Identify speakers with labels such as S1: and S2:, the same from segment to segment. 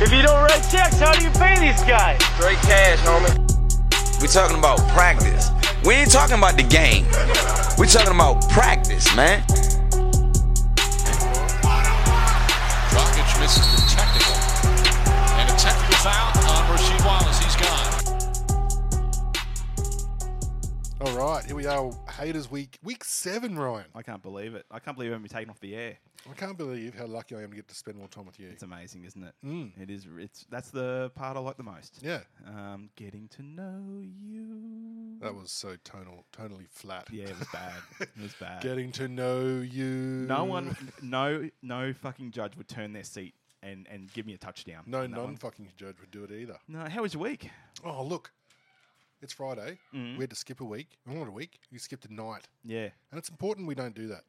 S1: If you don't write checks, how do you pay these guys?
S2: Straight cash, homie.
S3: We're talking about practice. We ain't talking about the game. We're talking about practice, man.
S4: Drogic misses the technical. And a technical foul on Rasheed Wallace. He's gone.
S5: All right, here we are. Haters Week, Week Seven, Ryan.
S6: I can't believe it. I can't believe it haven't been taken off the air.
S5: I can't believe how lucky I am to get to spend more time with you.
S6: It's amazing, isn't it? It is. r- It's that's the part I like the most.
S5: Mm. Yeah,
S6: Um, getting to know you.
S5: that was so tonal, tonally flat.
S6: Yeah, it was bad. it was bad.
S5: Getting to know you.
S6: no one, no, no fucking judge would turn their seat and and give me a touchdown.
S5: No
S6: on that one.
S5: non-fucking judge would do it either.
S6: No, how was your week?
S5: Oh, look, it's Friday.
S6: Mm.
S5: We had to skip a week. Oh, Not a week. We skipped a night,
S6: Yeah,
S5: and it's important we don't do that.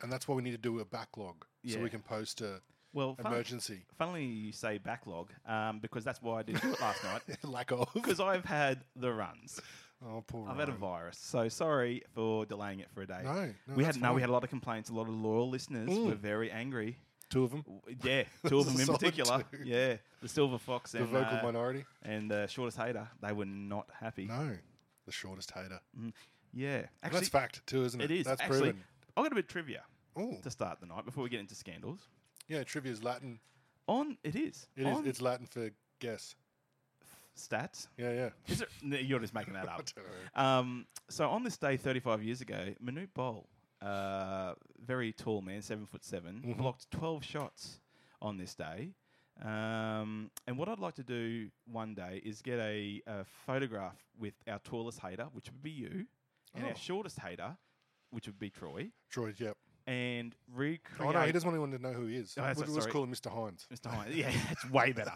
S5: And that's why we need to do a backlog so
S6: Yeah.
S5: we can post a
S6: Well, fun-
S5: emergency
S6: funnily you say backlog, um, because that's why I didn't do it last night.
S5: lack of.
S6: Because I've had the runs.
S5: Oh, poor.
S6: I've had a
S5: Ryan.
S6: virus, so sorry for delaying it for a day.
S5: No, no,
S6: we
S5: that's
S6: had no, we
S5: fine. Mm.
S6: had a lot of complaints. A lot of loyal listeners were very angry.
S5: Two of them.
S6: W- Yeah, two of
S5: That's a
S6: them in
S5: solid
S6: particular.
S5: two.
S6: Yeah, the Silver Fox
S5: The
S6: and
S5: vocal
S6: uh,
S5: minority.
S6: and the Shortest Hater. They were not happy.
S5: No, the shortest hater.
S6: Yeah, actually,
S5: That's fact too, isn't it?
S6: It is
S5: That's
S6: actually.
S5: proven.
S6: I got a bit of trivia
S5: Oh,
S6: to start the night before we get into scandals.
S5: yeah. Trivia is Latin.
S6: On it is
S5: It is.
S6: on
S5: It's Latin for guess.
S6: stats.
S5: Yeah, yeah.
S6: Is it? no, You're just making that
S5: I
S6: up.
S5: don't
S6: Um, so on this day, 35 years ago, Manute Bol, uh, very tall man, seven foot 7
S5: Mm-hmm.
S6: blocked 12 shots on this day. Um, and what I'd like to do one day is get a, a photograph with our tallest hater, which would be you, and
S5: Oh.
S6: our shortest hater, which would be Troy,
S5: Troy. Yep.
S6: and
S5: Oh
S6: recreate.
S5: no, he doesn't want anyone to know who he is.
S6: Oh, that's
S5: we'll
S6: right,
S5: just
S6: sorry.
S5: call him Mr. Hines.
S6: Mr. Hines. Yeah, it's way better.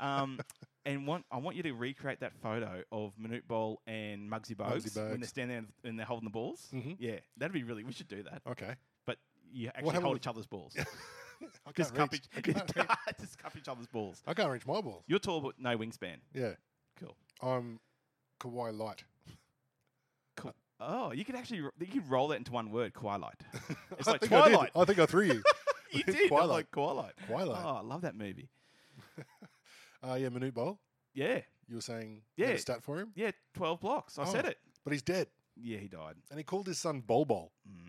S6: Um, and want, I want you to recreate that photo of Manute Bol and Muggsy Bogues,
S5: Muggsy
S6: when
S5: Bogues.
S6: they're standing there and they're holding the balls.
S5: Mhm.
S6: Yeah, that'd be really. We should do that.
S5: Okay.
S6: But you actually
S5: Oh. happened
S6: hold
S5: with-
S6: each other's balls.
S5: I can't,
S6: Just cup,
S5: reach.
S6: each,
S5: I, can't reach.
S6: just cup each other's balls.
S5: I can't reach my ball.
S6: You're tall but no wingspan.
S5: Yeah,
S6: Cool.
S5: I'm Kawhi Light.
S6: Cool. Oh, you could actually r- you could roll that into one word, Twilight. It's
S5: I
S6: like
S5: think I did. Oh,
S6: Twilight.
S5: I, think I threw you.
S6: You did. I'm
S5: Twilight.
S6: like Twilight.
S5: Twilight.
S6: Oh, I love that movie.
S5: Uh, yeah, Manute Bowl.
S6: Yeah.
S5: You were saying you had
S6: Yeah.
S5: a stat for him,
S6: Yeah, 12 blocks. I
S5: Oh.
S6: said it.
S5: but he's dead,
S6: Yeah, he died.
S5: and he called his son Bol Bol.
S6: Mm.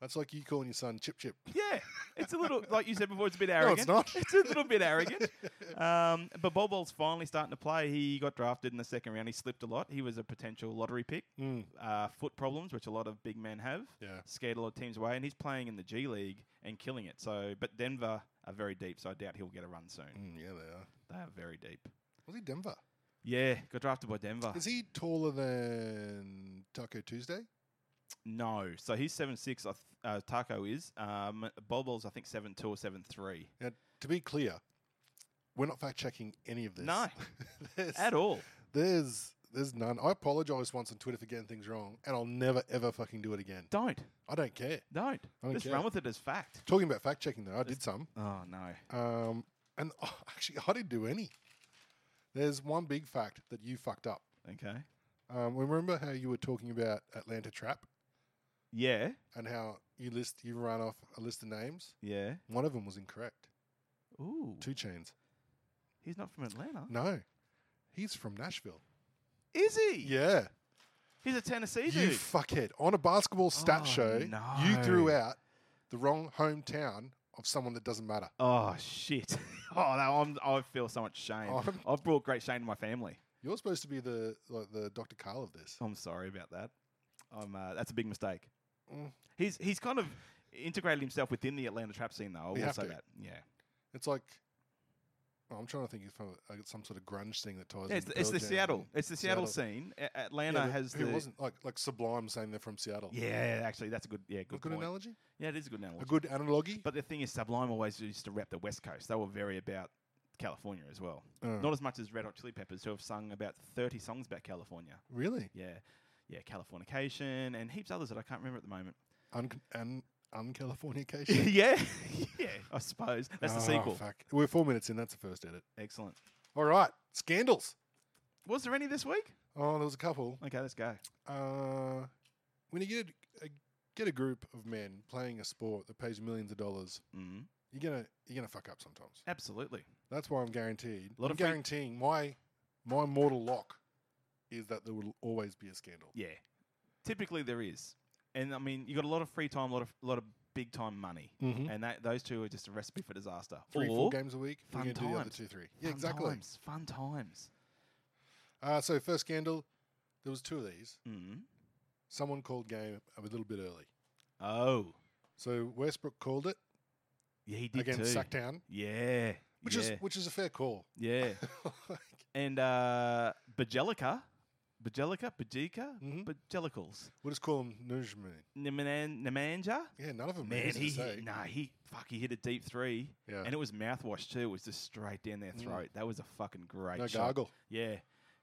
S5: That's like you calling your son Chip Chip.
S6: Yeah, it's a little like you said before. It's a bit
S5: No,
S6: arrogant.
S5: it's not.
S6: It's a little bit arrogant. Um, but Bob Ball's finally starting to play. He got drafted in the second round. He slipped a lot. He was a potential lottery pick.
S5: Mm.
S6: Uh, foot problems, which a lot of big men have,
S5: Yeah.
S6: scared a lot of teams away. And he's playing in the G League and killing it. So, but Denver are very deep. So I doubt he'll get a run soon.
S5: Mm, yeah, they are.
S6: They are very deep.
S5: Was he Denver?
S6: Yeah, got drafted by Denver.
S5: Is he taller than Taco Tuesday?
S6: No, so he's seven six. Uh, Taco is. Um, Bob Ball's I think seven two or seven three.
S5: Now, to be clear, we're not fact checking any of this.
S6: No.
S5: there's,
S6: At all.
S5: There's there's none. I apologize once on Twitter for getting things wrong, and I'll never ever fucking do it again.
S6: Don't.
S5: I don't care.
S6: Don't.
S5: don't
S6: Just
S5: care.
S6: run with it as fact.
S5: Talking about fact checking though, I did some,
S6: Oh no.
S5: um, and oh, actually I didn't do any. There's one big fact that you fucked up.
S6: Okay.
S5: Um, remember how you were talking about Atlanta Trap
S6: Yeah.
S5: and how you list you ran off a list of names.
S6: Yeah.
S5: One of them was incorrect.
S6: Ooh.
S5: Two Chains.
S6: He's not from Atlanta.
S5: No, he's from Nashville.
S6: Is he?
S5: Yeah.
S6: He's a Tennessee
S5: You
S6: dude.
S5: fuckhead. On a basketball stat
S6: Oh,
S5: show, you threw
S6: no.
S5: out the wrong hometown of someone that doesn't matter.
S6: oh shit. oh no, I'm, I feel so much shame.
S5: Oh, I'm-
S6: I've brought great shame to my family.
S5: You're supposed to be the like, the Dr. Carl of this.
S6: I'm sorry about that. I'm, uh, that's a big mistake.
S5: Mm.
S6: He's he's kind of integrated himself within the Atlanta trap scene though. I
S5: You
S6: will
S5: have
S6: say
S5: to.
S6: that. Yeah.
S5: It's like oh, I'm trying to think if I I got some sort of grunge thing that ties.
S6: Yeah, it's,
S5: in
S6: the, it's
S5: Pearl
S6: the
S5: Jam.
S6: Seattle. It's the Seattle,
S5: Seattle.
S6: scene. A-
S5: Yeah,
S6: Atlanta
S5: but
S6: has
S5: who
S6: the
S5: wasn't like like Sublime saying they're from Seattle.
S6: Yeah, actually that's a good yeah,
S5: a
S6: good,
S5: good
S6: point.
S5: analogy,
S6: Yeah, it is a good analogy.
S5: a good analogy.
S6: But the thing is, Sublime always used to rep the West Coast. They were very about California as well.
S5: Oh.
S6: Not as much as Red Hot Chili Peppers, who have sung about 30 songs about California.
S5: really,
S6: Yeah. Yeah, Californication and heaps others that I can't remember at the moment.
S5: Un- un- uncalifornication.
S6: yeah. yeah, I suppose. That's the
S5: Oh,
S6: sequel.
S5: Fuck. We're four minutes in. That's the first edit.
S6: Excellent.
S5: All right, scandals.
S6: Was there any this week?
S5: Oh, there was a couple.
S6: Okay, let's go.
S5: Uh, when you get a, a, get a group of men playing a sport that pays millions of dollars,
S6: Mm.
S5: You're gonna you're gonna fuck up sometimes.
S6: Absolutely.
S5: That's why I'm guaranteed.
S6: Lot
S5: I'm
S6: of free-
S5: guaranteeing my my mortal lock is that there will always be a scandal.
S6: Yeah. Typically there is. And I mean, you got a lot of free time, a lot of lot of big time money. And that those two are just a recipe for disaster.
S5: Mm-hmm. Three,
S6: or
S5: four games a week.
S6: fun
S5: we're gonna do the other
S6: times.
S5: two, three. Yeah,
S6: fun
S5: exactly.
S6: Times, fun times.
S5: Uh, so first scandal, there was two of these.
S6: Mm.
S5: Someone called game a little bit early.
S6: Oh.
S5: So Westbrook called it
S6: Yeah, he did too.
S5: against Sacktown,
S6: Yeah.
S5: which
S6: yeah.
S5: is which is a fair call.
S6: yeah. and uh Bajelica. Bajelica? Bajika?
S5: Mhm.
S6: Bajelicals.
S5: We'll just call him Nujman.
S6: Nemanan- Nemanja?
S5: Yeah, none of them. are
S6: Man,
S5: easy to
S6: he
S5: say.
S6: hit, nah, he fuck, he hit a deep three,
S5: Yeah. Mm.
S6: and it was mouthwash too. It was just straight down their throat. That was a fucking great
S5: No
S6: shot.
S5: gargle.
S6: Yeah,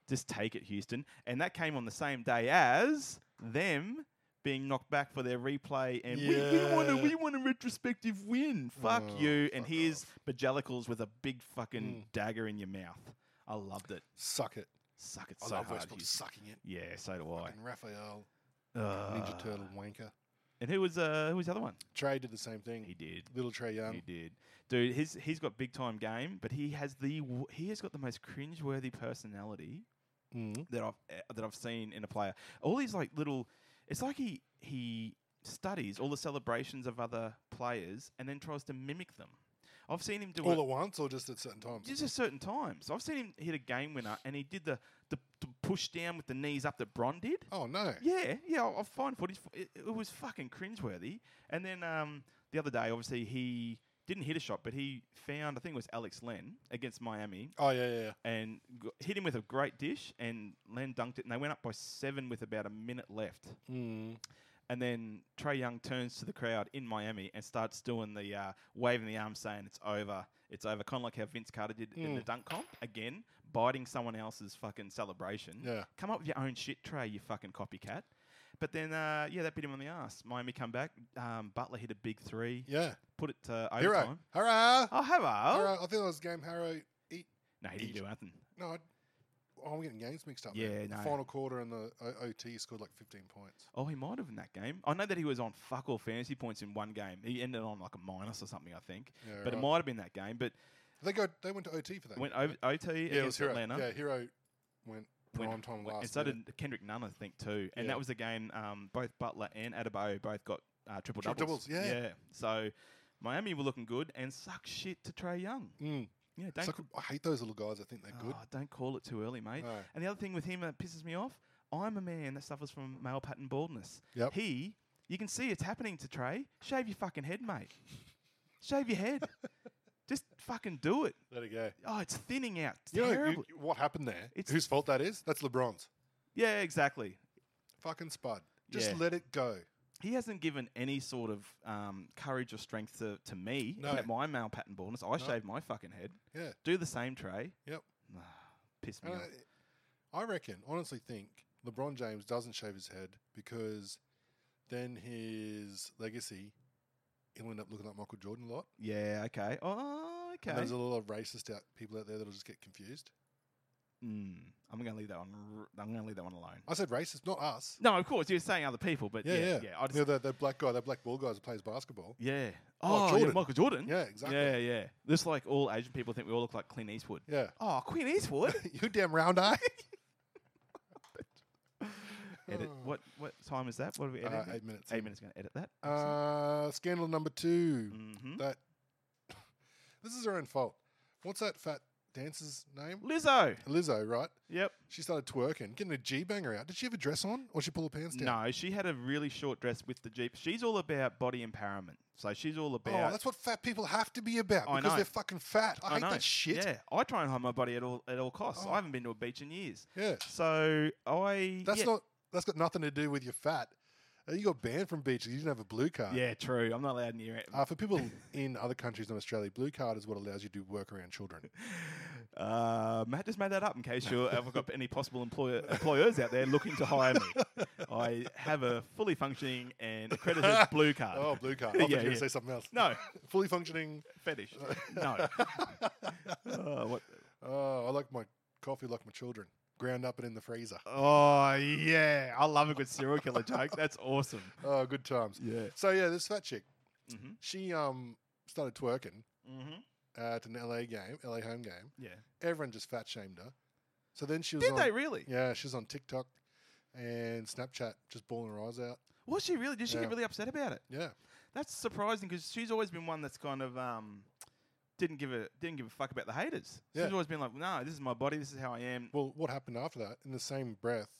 S6: just take it, Houston. And that came on the same day as them being knocked back for their replay, and we, we want a
S5: Yeah.
S6: we want a retrospective win. Fuck
S5: Oh,
S6: you! And
S5: fuck Hmm.
S6: here's Bajelicals with a big fucking dagger in your mouth. I loved it.
S5: Suck it.
S6: Suck it
S5: I
S6: so
S5: love
S6: hard.
S5: Westbrook
S6: Houston.
S5: sucking it.
S6: Yeah, so do I.
S5: And Raphael,
S6: Uh,
S5: Ninja Turtle wanker.
S6: and who was uh, who was the other one?
S5: Trey did the same thing.
S6: He did.
S5: Little Trey Young.
S6: He did, dude. His he's got big time game, but he has the w- he has got the most cringeworthy personality
S5: Mhm.
S6: that I've eh, that I've seen in a player. All these like little, it's like he he studies all the celebrations of other players and then tries to mimic them. I've seen him do
S5: All
S6: it
S5: at once or just at certain times?
S6: just at certain times. I've seen him hit a game winner and he did the the, the push down with the knees up that Bron did.
S5: oh, no.
S6: Yeah, yeah, I'll, I'll find footage. For, it, it was fucking cringeworthy. And then um, the other day, obviously, he didn't hit a shot, but he found, I think it was Alex Len against Miami,
S5: Oh, yeah, yeah, yeah.
S6: and g- hit him with a great dish, and Len dunked it, and they went up by seven with about a minute left.
S5: Mm.
S6: And then Trey Young turns to the crowd in Miami and starts doing the uh, waving the arm, saying it's over, it's over, kind of like how Vince Carter did in
S5: Mm.
S6: the dunk comp again, biting someone else's fucking celebration.
S5: Yeah.
S6: come up with your own shit, Trey, you fucking copycat. But then, uh, yeah, that bit him on the ass. Miami come back. Um, Butler hit a big three.
S5: Yeah.
S6: put it to
S5: Hero.
S6: overtime.
S5: Hurrah!
S6: Oh, hello.
S5: Hurrah. I think that was game Harrow. Eat.
S6: No, he didn't do anything.
S5: No, I, oh, I'm getting games mixed up. there.
S6: Yeah,
S5: The
S6: no.
S5: final quarter and the o- OT scored like 15 points.
S6: Oh, he might have in that game. I know that he was on fuck all fantasy points in one game. He ended on like a minus or something, I think.
S5: Yeah,
S6: but it
S5: right.
S6: might have been that game. But
S5: They go. They went to OT for that.
S6: went over, OT
S5: yeah, it was
S6: against
S5: Hero.
S6: Atlanta.
S5: Yeah, Hero went prime
S6: went-
S5: time
S6: went-
S5: last.
S6: And so
S5: minute.
S6: did Kendrick Nunn, I think, too. And
S5: Yeah.
S6: that was a game um, both Butler and Adebayo both got uh, triple
S5: Triple
S6: doubles.
S5: doubles, yeah.
S6: So Miami were looking good and suck shit to Trey Young.
S5: Mm.
S6: Yeah, don't,
S5: Suck- I hate those little guys. I think they're
S6: ca-
S5: good.
S6: oh, don't call it too early, mate.
S5: No.
S6: And the other thing with him that pisses me off, I'm a man that suffers from male pattern baldness.
S5: Yep.
S6: He, you can see it's happening to Trey. Shave your fucking head, mate. Shave your head. Just fucking do it.
S5: There you go.
S6: Oh, it's thinning out. It's
S5: You know
S6: terrible.
S5: you- you- what happened there?
S6: It's-
S5: Whose fault that is? That's LeBron's.
S6: yeah, exactly.
S5: Fucking Spud. Just
S6: Yeah.
S5: let it go.
S6: he hasn't given any sort of um, courage or strength to, to me
S5: No.
S6: about my male pattern baldness. I shaved my fucking head.
S5: Yeah.
S6: Do the same, Trey. Ah,
S5: Yep.
S6: Piss me
S5: And
S6: off.
S5: I, I reckon, honestly, think LeBron James doesn't shave his head because then his legacy, he'll end up looking like Michael Jordan a lot.
S6: Yeah, okay. Oh, okay.
S5: And there's a lot of racist out people out there that'll just get confused.
S6: Mm, I'm going to leave that one. r- I'm going to leave that one alone.
S5: I said racist, not us.
S6: No, of course, you're saying other people, but
S5: Yeah, yeah.
S6: yeah, yeah. I just,
S5: yeah
S6: yeah,
S5: that, that black guy, that black ball guy that plays basketball.
S6: Oh,
S5: Oh,
S6: yeah,
S5: Jordan.
S6: Michael Jordan.
S5: Yeah, exactly.
S6: Yeah, yeah. Just like all Asian people think we all look like Clint Eastwood.
S5: Yeah.
S6: Oh, Clint Eastwood.
S5: you damn round eye.
S6: edit. What what time is that? What are we
S5: Oh. Uh,
S6: editing?
S5: eight minutes
S6: Eight
S5: in.
S6: minutes. Going to edit that.
S5: uh, scandal number 2
S6: Mhm.
S5: That this is her own fault. What's that fat dancer's name?
S6: Lizzo.
S5: Lizzo, right?
S6: Yep.
S5: She started twerking, getting a G banger out. Did she have a dress on or she pull her pants down?
S6: No, she had a really short dress with the Jeep. She's all about body empowerment. So she's all
S5: Oh,
S6: about.
S5: that's what fat people have to be about
S6: I
S5: because
S6: know.
S5: they're fucking fat. I,
S6: I
S5: hate
S6: know.
S5: that shit.
S6: Yeah, I try and hide my body at all at all costs.
S5: Oh.
S6: I haven't been to a beach in years.
S5: Yeah.
S6: So I.
S5: That's
S6: yeah.
S5: not that's got nothing to do with your fat. Uh, You got banned from beaches. You didn't have a blue card.
S6: Yeah, true. I'm not allowed near it.
S5: Uh, for people in other countries in Australia, blue card is what allows you to work around children.
S6: Uh, Matt just made that up in case you have got any possible employer, employers out there looking to hire me. I have a fully functioning and accredited blue card.
S5: Oh, blue card. I thought you
S6: Yeah,
S5: were going
S6: yeah.
S5: to say something else.
S6: No.
S5: Fully functioning.
S6: Fetish. No. oh, what?
S5: Oh, I like my coffee like my children, ground up and in the freezer.
S6: oh, yeah. I love a good serial killer joke. That's awesome.
S5: Oh, good times.
S6: Yeah.
S5: So yeah, this fat chick,
S6: Mhm.
S5: she um started twerking
S6: Mm-hmm.
S5: at an LA game, LA home game.
S6: Yeah.
S5: Everyone just fat shamed her. So then she was
S6: Did
S5: on,
S6: they really?
S5: yeah, she was on TikTok and Snapchat, just bawling her eyes out.
S6: Was she really? Did she
S5: Yeah.
S6: get really upset about it?
S5: Yeah,
S6: That's surprising because she's always been one that's kind of um, didn't give a didn't give a fuck about the haters.
S5: Yeah.
S6: She's always been like, no, this is my body. This is how I am.
S5: Well, what happened after that? In the same breath,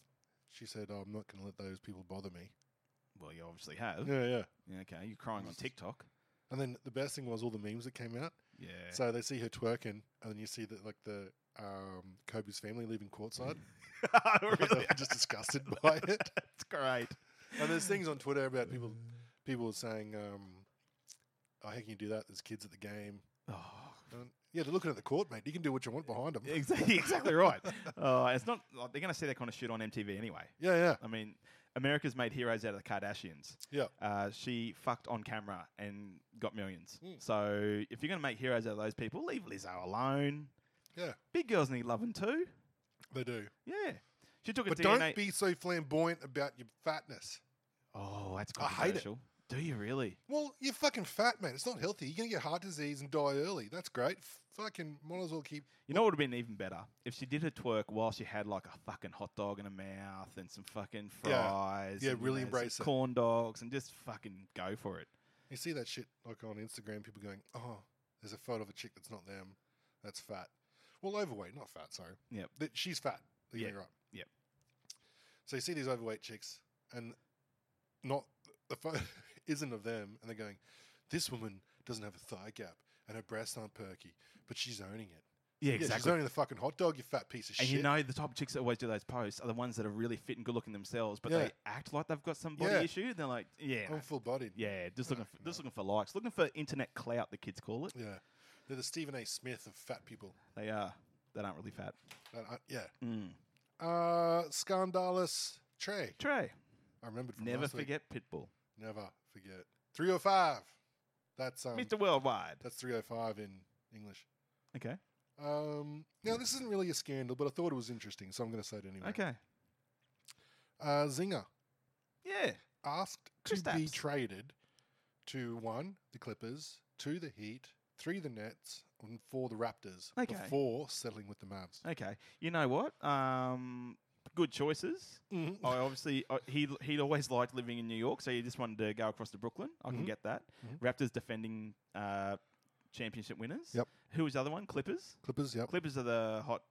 S5: she said, oh, "I'm not going to let those people bother me."
S6: Well, you obviously have.
S5: Yeah, yeah.
S6: Yeah, okay, you're crying on TikTok.
S5: And then the best thing was all the memes that came out.
S6: Yeah.
S5: So they see her twerking, and then you see that like the um, Kobe's family leaving courtside.
S6: really,
S5: They're just disgusted by it.
S6: that's great.
S5: And there's things on Twitter about people
S6: Mm.
S5: people saying, um, "Oh, how can you do that? There's kids at the game."
S6: Oh,
S5: And, yeah, they're looking at the court, mate. You can do what you want behind them.
S6: exactly, exactly right. Uh, it's not like they're going to see that kind of shit on MTV anyway.
S5: Yeah, yeah,
S6: I mean, America's made heroes out of the Kardashians.
S5: yeah.
S6: Uh, she fucked on camera and got millions.
S5: Mm.
S6: So if you're going to make heroes out of those people, leave Lizzo alone.
S5: Yeah.
S6: Big girls need loving too.
S5: They do,
S6: Yeah. She took a
S5: but
S6: DNA.
S5: don't be so flamboyant about your fatness.
S6: oh, that's
S5: I hate it.
S6: controversial. Do you really?
S5: Well, you're fucking fat, man. It's not healthy. You're gonna get heart disease and die early. That's great. F- fucking might as well keep.
S6: You know what would have been even better? If she did her twerk while she had like a fucking hot dog in her mouth and some fucking
S5: Yeah.
S6: fries.
S5: Yeah,
S6: and, you
S5: really
S6: know, some
S5: embrace it.
S6: Corn dogs and just fucking go for it.
S5: You see that shit like on Instagram. People going, "Oh, there's a photo of a chick that's not them. That's fat. Well, overweight, not fat. Sorry.
S6: Yep.
S5: That she's fat. You're
S6: Yeah.
S5: right.
S6: Yep.
S5: So you see these overweight chicks, and not the photo isn't of them, and they're going, "This woman doesn't have a thigh gap, and her breasts aren't perky, but she's owning it.
S6: Yeah,
S5: Yeah, she's owning the fucking hot dog. You fat piece of
S6: and
S5: shit.
S6: you know the type of chicks that always do those posts are the ones that are really fit and good looking themselves, but
S5: Yeah.
S6: they act like they've got some body
S5: Yeah. Oh,
S6: issue. They're like, yeah, no.
S5: I'm full bodied.
S6: yeah, just looking, for,
S5: Fucking
S6: just
S5: hell.
S6: looking for likes, looking for internet clout. The kids call it.
S5: Yeah. They're the Stephen A. Smith of fat people.
S6: They are. They aren't really fat.
S5: And I- yeah.
S6: Mm.
S5: Uh, Scandalous Trey.
S6: Trey,
S5: I remembered from
S6: never
S5: last week.
S6: forget Pitbull,
S5: Never forget. 305. That's um,
S6: Mr. Worldwide.
S5: that's 305 in English.
S6: Okay,
S5: Um, now, this isn't really a scandal, but I thought it was interesting, so I'm going to say it anyway.
S6: okay,
S5: Uh, Zinger
S6: yeah,
S5: asked to be
S6: Kristaps.
S5: traded to one, the Clippers, two, the Heat, three, the Nets, and four, the Raptors,
S6: Okay. Uh,
S5: before settling with the Mavs.
S6: okay. You know what? Um, good choices.
S5: Mhm.
S6: I obviously I he he always liked living in New York, so he just wanted to go across to Brooklyn. I
S5: Mhm.
S6: can get that.
S5: Mhm.
S6: Raptors defending uh, championship winners.
S5: Yep.
S6: Who was the other one? Clippers.
S5: Clippers, yep.
S6: Clippers are the hot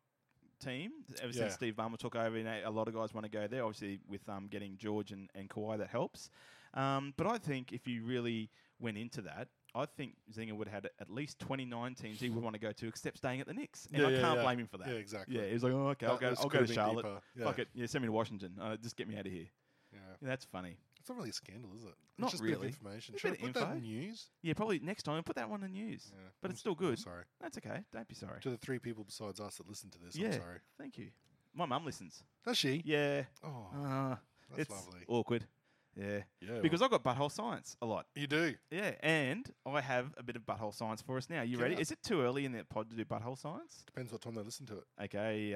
S6: team ever
S5: Yeah.
S6: since Steve Ballmer took over. You know, a lot of guys want to go there. Obviously, with um, getting George and, and Kawhi, that helps. Um, but I think if you really went into that, I think Zinger would have had at least 29 teams he would want to go to, except staying at the Knicks. And
S5: Yeah,
S6: I
S5: yeah,
S6: can't
S5: yeah.
S6: blame him for that.
S5: Yeah, exactly.
S6: Yeah, he's like, oh, okay, I'll
S5: That
S6: go,
S5: was
S6: I'll go to
S5: probably
S6: Charlotte.
S5: deeper, yeah.
S6: Fuck it. Yeah, send me to Washington. Uh, just get me out of here.
S5: Yeah.
S6: Yeah, that's funny.
S5: It's not really a scandal, is it? It's
S6: Not
S5: just a
S6: really.
S5: bit of information.
S6: A
S5: Should I
S6: bit
S5: put
S6: of
S5: that in
S6: info.
S5: news?
S6: Yeah, probably next time put that one in the news.
S5: Yeah,
S6: But
S5: I'm
S6: it's
S5: s-
S6: still
S5: I'm
S6: good.
S5: sorry.
S6: That's okay. Don't be sorry.
S5: To the three people besides us that listen to this,
S6: yeah,
S5: I'm sorry.
S6: thank you. My mum listens.
S5: Does she?
S6: Yeah.
S5: Oh,
S6: Uh,
S5: that's
S6: it's
S5: lovely.
S6: awkward. Yeah.
S5: Yeah, well-
S6: Because I've got butthole science a lot.
S5: you do.
S6: Yeah. And I have a bit of butthole science for us now. You ready?
S5: Yeah.
S6: Is it too early in the pod to do butthole science?
S5: Depends what time they listen to it.
S6: Okay.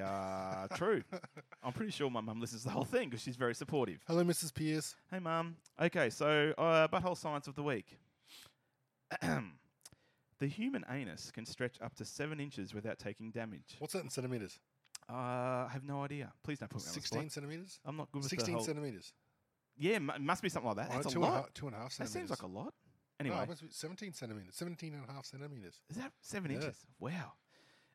S6: Uh, true. I'm pretty sure my mum listens to the whole thing because she's very supportive.
S5: Hello, Mrs. Pierce.
S6: Hey, Mum. Okay, so uh, butthole science of the week. the human anus can stretch up to seven inches without taking damage.
S5: What's that in centimeters?
S6: Uh, I have no idea. Please don't put me on the
S5: 16
S6: spot.
S5: centimeters?
S6: I'm not good with
S5: 16
S6: the whole.
S5: centimeters.
S6: Yeah, mu- must be something like that.
S5: Oh,
S6: That's a
S5: two
S6: lot.
S5: and a half- two and a half
S6: that
S5: centimeters.
S6: seems like a lot.
S5: No,
S6: Anyway,
S5: Oh, it must be 17 centimeters. 17 and a half centimeters.
S6: Is that seven
S5: Yeah.
S6: inches? Wow.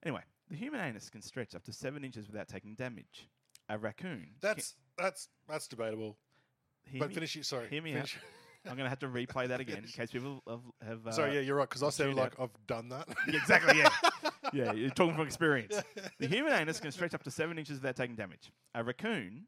S6: Anyway, the human anus can stretch up to seven inches without taking damage. A raccoon. can-
S5: That's that's that's debatable.
S6: hear
S5: but
S6: me-
S5: finish it. Sorry.
S6: Hear me
S5: finish.
S6: I'm going to have to replay that again in case people have. have uh,
S5: sorry. Yeah, you're right. Because I sounded
S6: tuned
S5: like
S6: out.
S5: I've done that.
S6: Yeah, exactly. Yeah, yeah. You're talking from experience. The human anus can stretch up to seven inches without taking damage. A raccoon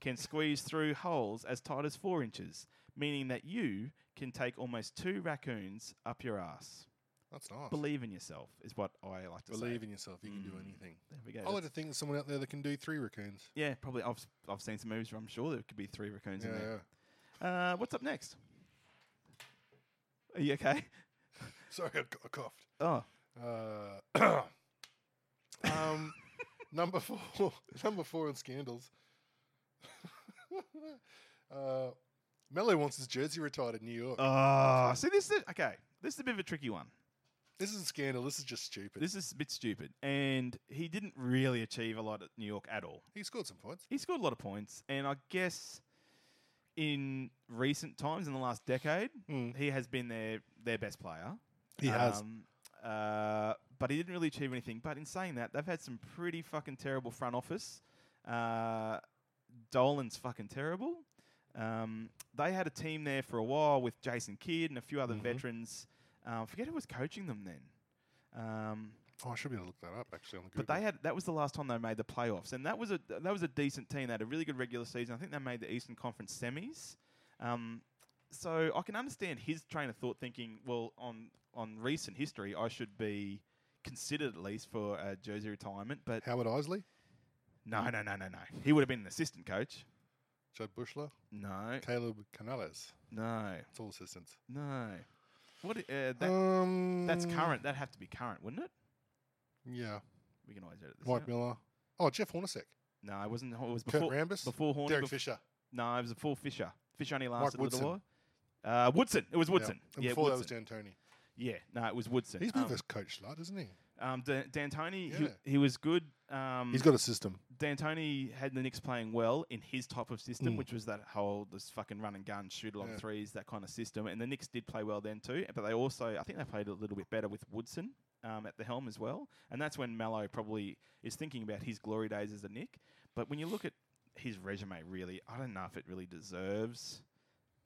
S6: can squeeze through holes as tight as four inches, meaning that you can take almost two raccoons up your ass.
S5: that's nice.
S6: Believe in yourself is what I like to say.
S5: Believe in Oh, yourself. You can do anything.
S6: There we go.
S5: I like
S6: Mm. That's-
S5: to think there's someone out there that can do three raccoons.
S6: yeah, probably. I've s- I've seen some movies where I'm sure there could be three raccoons
S5: Yeah,
S6: in
S5: yeah.
S6: there. Uh, what's up next? Are you okay?
S5: Sorry, I, c- I coughed.
S6: Oh,
S5: Uh, um, number four, number four in scandals. uh, Mello wants his jersey retired in New York. Ah.
S6: oh. See this? Is, okay, This is a bit of a tricky one.
S5: This isn't scandal. This is just stupid.
S6: This is a bit stupid, and he didn't really achieve a lot at New York at all.
S5: he scored some points.
S6: He scored a lot of points, and I guess in recent times, in the last decade, he has been their their best player.
S5: Hmm. He has.
S6: has. Uh, but he didn't really achieve anything. But in saying that, they've had some pretty fucking terrible front office. Uh, Dolan's fucking terrible. Um, they had a team there for a while with Jason Kidd and a few
S5: Mm-hmm.
S6: other veterans. Uh, I forget who was coaching them then. Um,
S5: Oh, I should be able to look that up actually on the Google.
S6: but they had that was the last time they made the playoffs, and that was a that was a decent team. They had a really good regular season. I think they made the Eastern Conference semis. Um, so I can understand his train of thought, thinking, well, on on recent history, I should be considered at least for a jersey retirement. But
S5: Howard Isley,
S6: no, no, no, no, no. He would have been an assistant coach.
S5: Judd Bushler,
S6: No,
S5: Caleb Canales.
S6: no,
S5: It's all assistants.
S6: no. What? i- Uh, that,
S5: um,
S6: that's current. That'd have to be current, wouldn't it?
S5: Yeah,
S6: We can always edit this.
S5: Mike
S6: out.
S5: Miller. Oh, Jeff Hornacek,
S6: No, it wasn't. It was
S5: Kurt
S6: before
S5: Rambis,
S6: before Horner.
S5: Derek
S6: before-
S5: Fisher.
S6: No, it was a full Fisher. Fisher only lasted a little
S5: Woodson.
S6: while. Uh, Woodson. It was Woodson.
S5: Yeah. And
S6: Yeah,
S5: before that was
S6: Woodson.
S5: Dan Tony.
S6: yeah, no, it was Woodson.
S5: He's been
S6: um,
S5: a coach lot, isn't he?
S6: um, Dan- D'Antoni,
S5: Yeah.
S6: he, he was good. Um,
S5: He's got a system.
S6: D'Antoni had the Knicks playing well in his type of system, which was that whole this fucking run and gun, shoot along
S5: Yeah.
S6: threes, that kind of system. And the Knicks did play well then too, but they also, I think they played a little bit better with Woodson um, at the helm as well. And that's when Mallow probably is thinking about his glory days as a Nick. But when you look at his resume, really, I don't know if it really deserves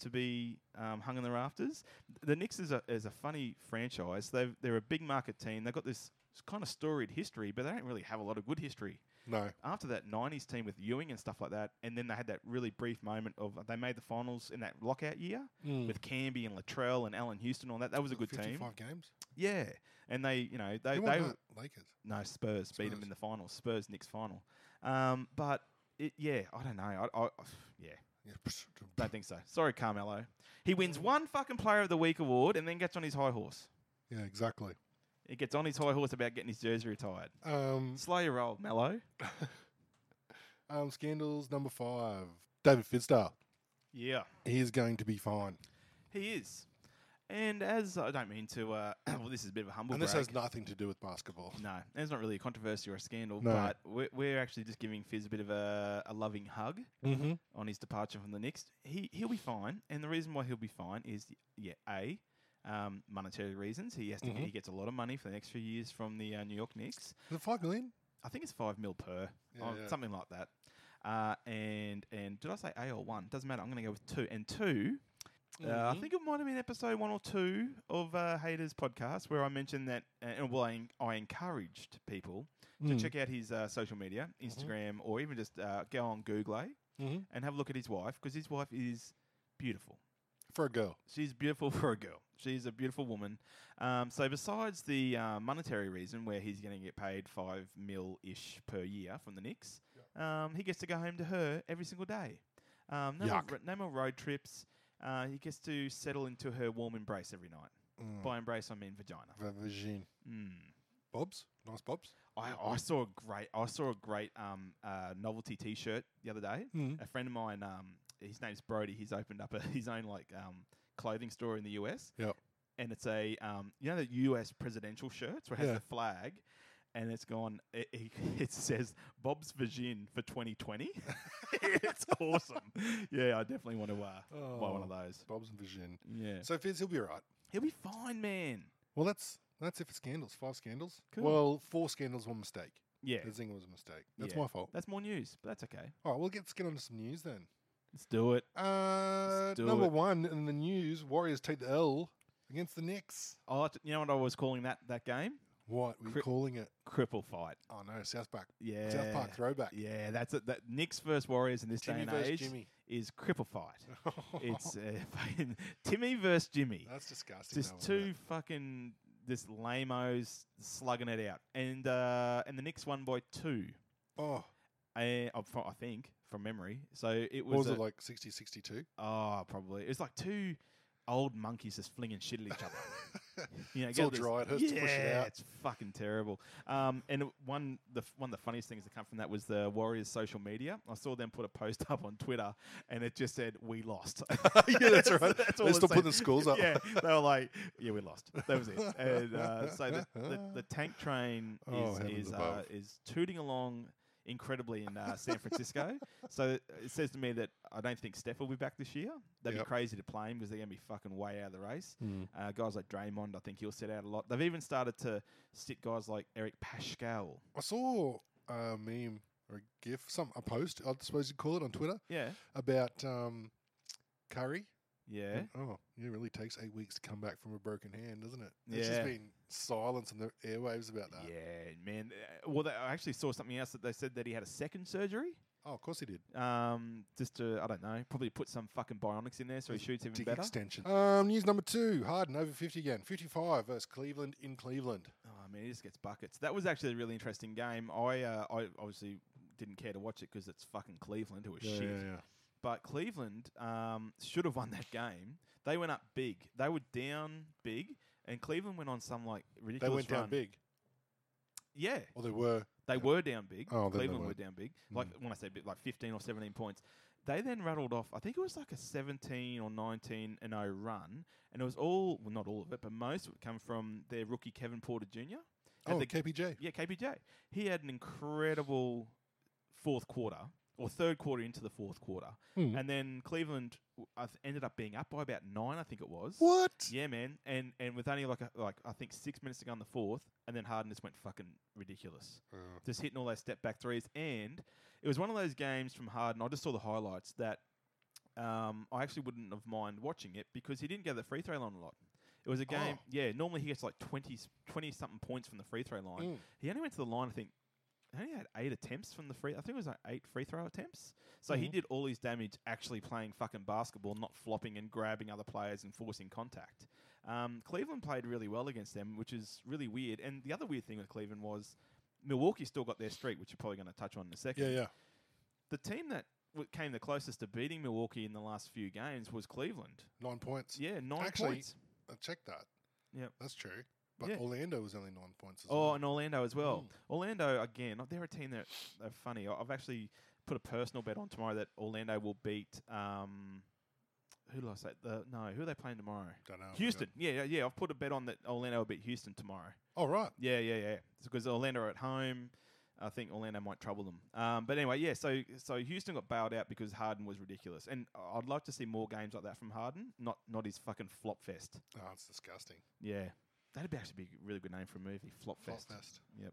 S6: to be um, hung in the rafters. The Knicks is a, is a funny franchise. They've, they're a big market team. They've got this kind of storied history, but they don't really have a lot of good history
S5: No.
S6: after that 90s team with Ewing and stuff like that, and then they had that really brief moment of they made the finals in that lockout year
S5: Mm.
S6: with Camby and Latrell and Allen Houston and all that. That was a good team.
S5: 55 games.
S6: Yeah. And they, you know, they,
S5: Who
S6: they
S5: won
S6: were,
S5: that? Lakers.
S6: no, Spurs, beat them
S5: Spurs.
S6: in the final. Spurs, Knicks final. Um, but it, yeah, I don't know. I, I, yeah,
S5: Yeah.
S6: don't think so. Sorry, Carmelo. He wins one fucking Player of the Week award and then gets on his high horse.
S5: Yeah, exactly.
S6: He gets on his high horse about getting his jersey retired.
S5: Um,
S6: Slow your roll, Mello.
S5: um, scandals number five. David Fitzgerald.
S6: Yeah.
S5: He is going to be fine.
S6: He is. And as I don't mean to, uh, well, this is a bit of a humble
S5: and this
S6: brag.
S5: has nothing to do with basketball.
S6: no, it's not really a controversy or a scandal,
S5: No.
S6: but we're, we're actually just giving Fizz a bit of a, a loving hug
S5: Mm-hmm.
S6: on his departure from the Knicks. He he'll be fine, and the reason why he'll be fine is yeah, a um, monetary reasons. He has to
S5: Mm-hmm.
S6: he gets a lot of money for the next few years from the uh, New York Knicks.
S5: Is it five million?
S6: I think it's five mil per,
S5: Yeah,
S6: or
S5: yeah.
S6: something like that. Uh, and and did I say A or one? Doesn't matter. I'm going to go with two. And 2 uh, I
S5: Mm-hmm.
S6: think it might have been episode one or two of uh, Haters podcast where I mentioned that, uh, and well, I, en- I encouraged people
S5: Mm.
S6: to check out his uh, social media,
S5: Mm-hmm.
S6: Instagram, or even just uh, go on Google
S5: Mhm.
S6: and have a look at his wife because his wife is beautiful.
S5: For a girl.
S6: She's beautiful for a girl. She's a beautiful woman. Um, so besides the uh, monetary reason, where he's going to get paid five mil ish per year from the Knicks, um, he gets to go home to her every single day. Um, no, more,
S5: Yuck.
S6: ro- no more road trips. Uh, he gets to settle into her warm embrace every night.
S5: Mm.
S6: By embrace, I mean vagina. Mm.
S5: Va- Vagine. Bob's? Nice Bob's?
S6: I, I saw a great I saw a great um, uh, novelty T-shirt the other day. A friend of mine, um, his name's Brody. He's opened up a, his own like um, clothing store in the US.
S5: Yep.
S6: and it's a um, you know the U.S. presidential shirts where it has
S5: Yeah.
S6: the flag, and it's gone. It, it, it says Bob's Virgin for 2020. it's awesome. Yeah, I definitely want to uh, buy one of those.
S5: Oh, Bob's and Vagine.
S6: Yeah,
S5: So Fizz, he'll be all right.
S6: he'll be fine, man.
S5: Well, that's that's it for scandals. Five scandals.
S6: Cool.
S5: Well, four scandals, one mistake.
S6: Yeah,
S5: The Zinger was a mistake. That's
S6: yeah.
S5: my fault.
S6: That's more news, but that's okay.
S5: All right, we'll get, let's get on to some news then.
S6: Let's do it.
S5: Uh,
S6: do
S5: number
S6: it.
S5: one in the news: Warriors take the L against the Knicks.
S6: I like to, you know what I was calling that that game?
S5: What we're
S6: Cri-
S5: calling it?
S6: Cripple fight.
S5: Oh no, South Park.
S6: Yeah.
S5: South Park throwback.
S6: Yeah, that's it. That Knicks versus Warriors in this
S5: Timmy
S6: day and
S5: versus
S6: age
S5: Jimmy.
S6: is cripple fight. it's uh, fucking Timmy versus Jimmy.
S5: That's disgusting.
S6: just
S5: though, isn't
S6: two fucking this lamos slugging it out, and uh, and the Knicks won by two.
S5: it? Oh,
S6: Uh, I fro- I think from memory. So it was,
S5: what was
S6: a-
S5: it like 60, 62?
S6: Oh, probably it was like two old monkeys just flinging shit at each other. You know,
S5: It's
S6: get
S5: all
S6: this-
S5: dry, it hurts to push it
S6: Yeah,
S5: out.
S6: It's fucking terrible. Um, and it- one the f- one of the funniest things that come from that was the Warriors social media. I saw them put a post up on Twitter, and it just said, "We lost."
S5: Yeah, that's right. They
S6: it
S5: still put
S6: said.
S5: the scores up.
S6: Yeah, they were like, "Yeah, we lost." That was it. And uh, so the, the, the tank train is
S5: Oh, heavens
S6: is, uh,
S5: above.
S6: is tooting along. Incredibly in uh, San Francisco, so it says to me that I don't think Steph will be back this year. That'd
S5: Yep.
S6: be crazy to play him because they're going to be fucking way out of the race.
S5: Hmm.
S6: Uh, guys like Draymond, I think he'll sit out a lot. They've even started to sit guys like Eric Pascal.
S5: I saw a meme or a gif, some a post, I suppose you'd call it on Twitter,
S6: Yeah,
S5: about um, Curry.
S6: yeah.
S5: And, Oh, it really takes eight weeks to come back from a broken hand, doesn't it? There's
S6: Yeah.
S5: just been silence on the airwaves about that.
S6: Yeah, man. Uh, Well, they, I actually saw something else that they said that he had a second surgery.
S5: Oh, of course he did.
S6: Um, just to I don't know, probably put some fucking bionics in there so he shoots even
S5: Dick
S6: better.
S5: extension. Um, news number two: Harden over fifty again. Fifty-five versus Cleveland in Cleveland.
S6: Oh man, he just gets buckets. That was actually a really interesting game. I uh, I obviously didn't care to watch it because it's fucking Cleveland who are shit. But Cleveland um, should have won that game. They went up big. They were down big, and Cleveland went on some like
S5: They
S6: ridiculous.
S5: went down
S6: run.
S5: big,
S6: Yeah,
S5: or they were.
S6: they were down big.
S5: Oh, then they Mm.
S6: Cleveland were
S5: weren't.
S6: down big. Like when I say big, like fifteen or seventeen points. They then rattled off. I think it was like a seventeen or nineteen and 0 run, and it was all well, not all of it, but most of it come from their rookie Kevin Porter Jr. Had
S5: Oh,
S6: the-
S5: KPJ.
S6: yeah, KPJ. He had an incredible fourth quarter or third quarter into the fourth quarter. And then Cleveland w- I th- ended up being up by about nine, I think it was.
S5: What?
S6: Yeah, man. And and with only like a, like I think six minutes to go in the fourth, and then Harden just went fucking ridiculous, just hitting all those step back threes. And it was one of those games from Harden. I just saw the highlights that um, I actually wouldn't have mind watching it because he didn't go to the free throw line a lot. It was a game, yeah. Normally he gets like 20, 20 something points from the free throw line. He only went to the line, I think. he Only had eight attempts from the free. I think it was like eight free throw attempts. So
S5: Mm.
S6: he did all his damage actually playing fucking basketball, not flopping and grabbing other players and forcing contact. Um, Cleveland played really well against them, which is really weird. And the other weird thing with Cleveland was Milwaukee still got their streak, which you're probably going to touch on in a second
S5: Yeah, yeah.
S6: the team that w- came the closest to beating Milwaukee in the last few games was Cleveland.
S5: Nine points.
S6: Yeah, nine
S5: Actually,
S6: points.
S5: I checked that.
S6: Yep.
S5: That's true. But
S6: Yeah.
S5: Orlando was only nine points as
S6: Oh,
S5: well.
S6: and Orlando as well.
S5: Mm.
S6: Orlando again. uh, They're a team that are funny. I- I've actually put a personal bet on tomorrow that Orlando will beat. Um, who did I say? The, no, who are they playing tomorrow?
S5: Don't know, Oh, we don't-
S6: Houston. Yeah, yeah, yeah. I've put a bet on that Orlando will beat Houston tomorrow.
S5: Oh, right.
S6: Yeah, yeah, yeah. Because Orlando are at home. I think Orlando might trouble them. Um, but anyway, yeah. So so Houston got bailed out because Harden was ridiculous, and I'd like to see more games like that from Harden. Not not his fucking flop fest.
S5: Oh, it's disgusting.
S6: Yeah, that'd be actually be a really good name for a movie. Flop
S5: Flop
S6: fest.
S5: fest.
S6: Yep.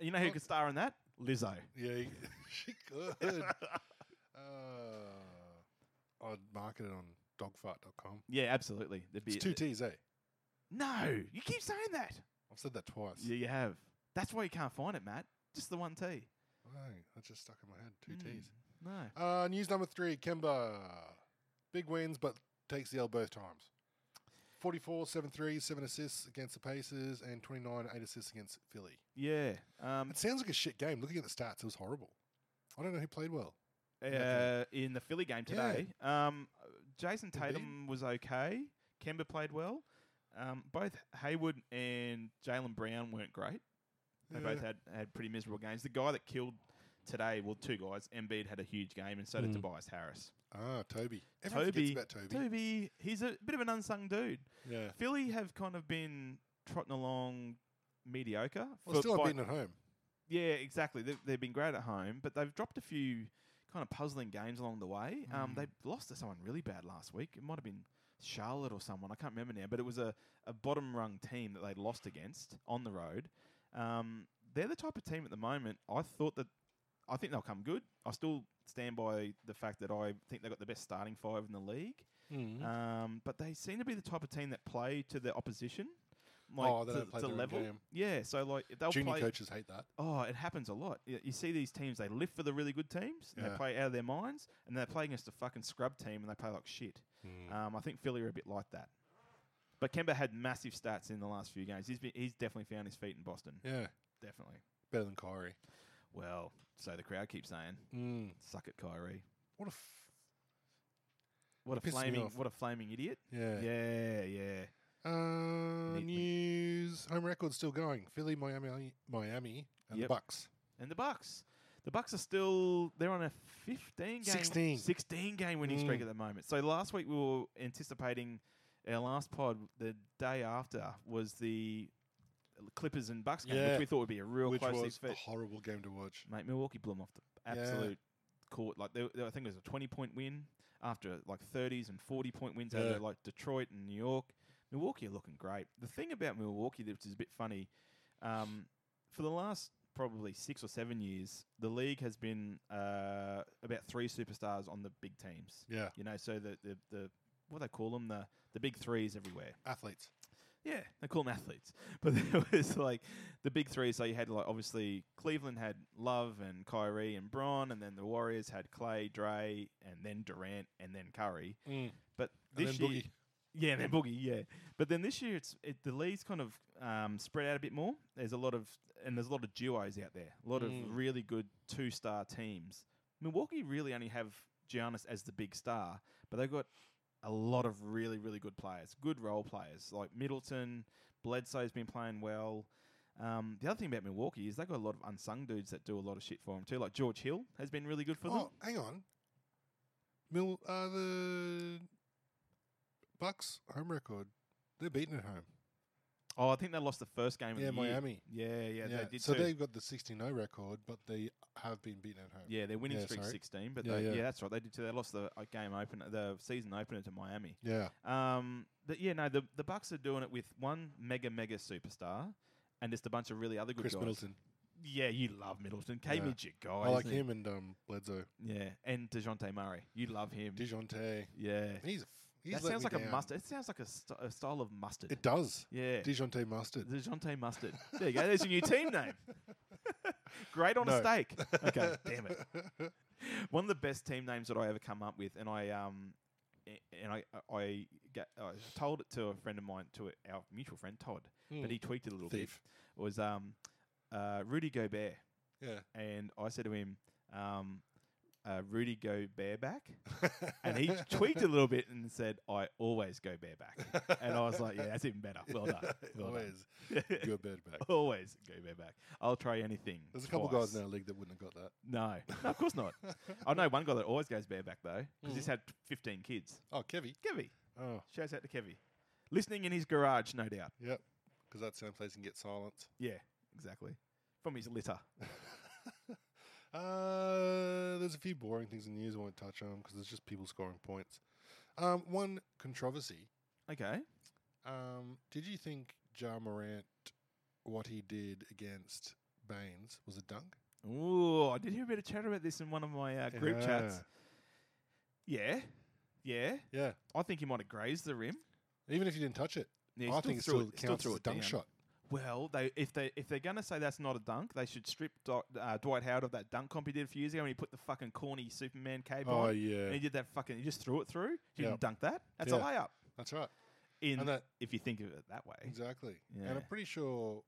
S6: You know who could star in that? Lizzo.
S5: Yeah, you- she could. uh, I'd market it on dogfart.com.
S6: Yeah, absolutely. There'd be
S5: It's two T's, eh?
S6: no, you keep saying that.
S5: I've said that twice.
S6: Yeah, you have. That's why you can't find it, Matt. Just the one T.
S5: Dang, that just stuck in my head. Two
S6: Hmm.
S5: T's.
S6: No.
S5: Uh, news number three Kemba. Big wins, but takes the L both times. 44, 7 threes, 7 assists against the Pacers, and 29, 8 assists against Philly.
S6: Yeah. Um,
S5: It sounds like a shit game. Looking at the stats, it was horrible. I don't know who played well.
S6: uh, in the Philly game
S5: Yeah.
S6: today. Um, Jason Tatum was okay. Kemba played well. Um, both Hayward and Jalen Brown weren't great. They both had, had pretty miserable games. The guy that killed today, well, two guys, Embiid had a huge game, and so did Tobias Harris.
S5: Ah, Toby. Everyone
S6: Toby,
S5: forgets about Toby.
S6: Toby, he's a bit of an unsung dude.
S5: Yeah.
S6: Philly have kind of been trotting along mediocre.
S5: Well,
S6: for-
S5: still
S6: by-
S5: beaten at home.
S6: yeah, exactly. They've, they've been great at home, but they've dropped a few kind of puzzling games along the way. Um,
S5: Mm.
S6: they lost to someone really bad last week. It might have been Charlotte or someone. I can't remember now, but it was a, a bottom rung team that they lost against on the road. Um, they're the type of team at the moment. I thought that I think they'll come good. I still stand by the fact that I think they've got the best starting five in the league.
S5: Mm.
S6: Um, but they seem to be the type of team that play to their opposition. Like
S5: Oh, they
S6: to,
S5: don't play
S6: to
S5: their own
S6: level.
S5: game.
S6: Yeah, so like they'll
S5: Junior
S6: play.
S5: coaches hate that.
S6: Oh, it happens a lot. You, you see these teams, they live for the really good teams, and
S5: Yeah.
S6: they play out of their minds, and they play against a fucking scrub team, and they play like shit.
S5: Hmm.
S6: Um, I think Philly are a bit like that. But Kemba had massive stats in the last few games. He's, been, he's definitely found his feet in Boston.
S5: Yeah.
S6: Definitely.
S5: Better than Kyrie.
S6: Well, so the crowd keeps saying,
S5: Mm.
S6: "Suck it, Kyrie."
S5: What a f-
S6: What a
S5: Pissed me
S6: flaming,
S5: off.
S6: what a flaming idiot.
S5: Yeah.
S6: yeah, yeah.
S5: Uh,
S6: Neat.
S5: news. Home record's still going. Philly, Miami, Miami, and
S6: Yep.
S5: the Bucks.
S6: And the Bucks. The Bucks are still they're on a 15 game
S5: 16.
S6: 16 game winning streak
S5: Mm.
S6: at the moment. So last week we were anticipating our last pod the day after was the Clippers and Bucks game,
S5: Yeah.
S6: which we thought would be a real
S5: which
S6: closely
S5: was a
S6: fit.
S5: horrible game to watch.
S6: Mate, Milwaukee blew 'em off the
S5: Yeah.
S6: absolute court. Like they, they- I think it was a 20 point win after like 30s and 40 point wins
S5: Yeah.
S6: over like Detroit and New York. Milwaukee are looking great. The thing about Milwaukee that is a bit funny, um, for the last probably six or seven years, the league has been uh, about three superstars on the big teams.
S5: Yeah,
S6: You know, so the the, the what do they call them the the big threes everywhere.
S5: athletes.
S6: Yeah, they call them athletes. But there was like the big three. So you had like obviously Cleveland had Love and Kyrie and Braun, and then the Warriors had Clay, Dre, and then Durant, and then Curry. But
S5: Mm. And
S6: this
S5: then
S6: year,
S5: Boogie.
S6: yeah, and then Boogie, yeah. But then this year, it's it, the league's kind of um, spread out a bit more. There's a lot of and there's a lot of duos out there. A lot
S5: Mm.
S6: of really good two star teams. Milwaukee really only have Giannis as the big star, but they've got a lot of really really good players, good role players like Middleton. Bledsoe's been playing well. Um, the other thing about Milwaukee is they've got a lot of unsung dudes that do a lot of shit for them too. Like George Hill has been really good for them.
S5: Oh, hang on. Mill, uh, the Bucks home record. They're beaten at home.
S6: Oh, I think they lost the first game. of
S5: Yeah,
S6: the year.
S5: Miami.
S6: Yeah, yeah,
S5: Yeah,
S6: they did
S5: so
S6: too.
S5: they've got the 16 0 record, but they have been beaten at home.
S6: Yeah, their winning
S5: Yeah,
S6: streak
S5: sorry.
S6: 16, but
S5: Yeah,
S6: they,
S5: yeah.
S6: yeah. that's right. They did. They lost the uh, game opener, the season opener to Miami.
S5: Yeah.
S6: Um, but yeah, no, the the Bucks are doing it with one mega mega superstar, and just a bunch of really other good
S5: Chris
S6: guys.
S5: Middleton.
S6: Yeah, you love Middleton. K
S5: Yeah.
S6: Mid's your guy.
S5: I like
S6: isn't he?
S5: him and um, Bledsoe.
S6: Yeah, and Dejounte Murray. You love him.
S5: Dejounte.
S6: Mm. yeah,
S5: He's, a f- he's
S6: that
S5: let
S6: sounds
S5: me
S6: like a
S5: down.
S6: mustard. It sounds like a, st- a style of mustard.
S5: It does.
S6: yeah,
S5: Dejounte mustard.
S6: Dejounte mustard. There you go. There's your new team name. Great on a
S5: No.
S6: steak. Okay, damn it. One of the best team names that I ever come up with, and I um, a- and I I, ga- I told it to a friend of mine, to our mutual friend Todd, but he tweaked it a little
S5: Hmm. Thief.
S6: bit. Was um, uh, Rudy Gobert,
S5: Yeah.
S6: and I said to him, um, uh, Rudy go bareback, and he tweaked it a little bit and said, I always go bareback, and I was like, yeah, that's even better. Well done. Well done.
S5: Always. Good bad back.
S6: Always go bareback. I'll try anything.
S5: There's a couple guys in
S6: twice.
S5: our league that wouldn't have got that.
S6: No, no, of course not. I know one guy that always goes bareback though, because
S5: Hmm.
S6: he's had 15 kids.
S5: Oh, Kevy.
S6: Kevy,
S5: Oh,
S6: shouts out to Kevy, listening in his garage, no doubt.
S5: yep. Because that's the only place you can get silence.
S6: Yeah, exactly. From his litter.
S5: Uh, there's a few boring things in the news I won't touch on because it's just people scoring points. Um, one controversy.
S6: Okay.
S5: Um, did you think Ja Morant, what he did against Baines, was a dunk?
S6: Ooh, I did hear a bit of chatter about this in one of my uh, group chats. Yeah, yeah.
S5: Yeah.
S6: I think he might have grazed the rim.
S5: Even if you didn't touch it,
S6: Yeah, he
S5: I think it
S6: threw
S5: still counts
S6: threw
S5: as a dunk
S6: down.
S5: shot.
S6: Well, they if they if they're gonna say that's not a dunk, they should strip Do- uh, Dwight Howard of that dunk comp he did a few years ago when he put the fucking corny Superman cape
S5: Oh,
S6: on.
S5: yeah.
S6: and he did that fucking. He just threw it through. He
S5: Yeah.
S6: didn't dunk that. That's a
S5: Yeah.
S6: layup.
S5: That's right.
S6: In
S5: And that-
S6: if you think of it that way,
S5: Exactly. And
S6: Yeah.
S5: I'm pretty sure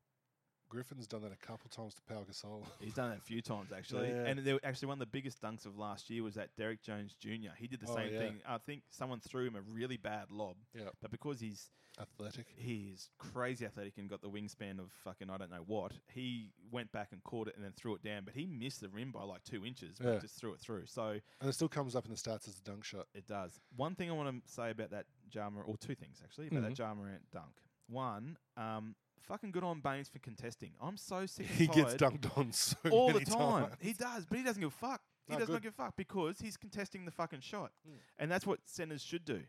S5: Griffin's done that a couple times to Pau Gasol.
S6: he's done that a few times actually.
S5: Yeah.
S6: And there, actually, one of the biggest dunks of last year was that Derek Jones Jr. He did the
S5: Oh,
S6: same
S5: yeah.
S6: thing. I think someone threw him a really bad lob,
S5: yeah.
S6: but because he's
S5: Athletic.
S6: he is crazy athletic and got the wingspan of fucking I don't know what. He went back and caught it and then threw it down, but he missed the rim by like two inches, but
S5: Yeah.
S6: just threw it through. So
S5: And it still comes up in the stats as a dunk shot.
S6: it does. One thing I want to say about that Jarmer, or two things actually, about that
S5: Mm-hmm.
S6: Jarmerant dunk. One, um, fucking good on Baines for contesting. I'm so sick and
S5: He
S6: tired
S5: gets dunked on so
S6: all
S5: many
S6: the time.
S5: times.
S6: He does, but he doesn't give a fuck. He
S5: No,
S6: does not
S5: good. Mm.
S6: give a fuck because he's contesting the fucking shot, and that's what centers should do.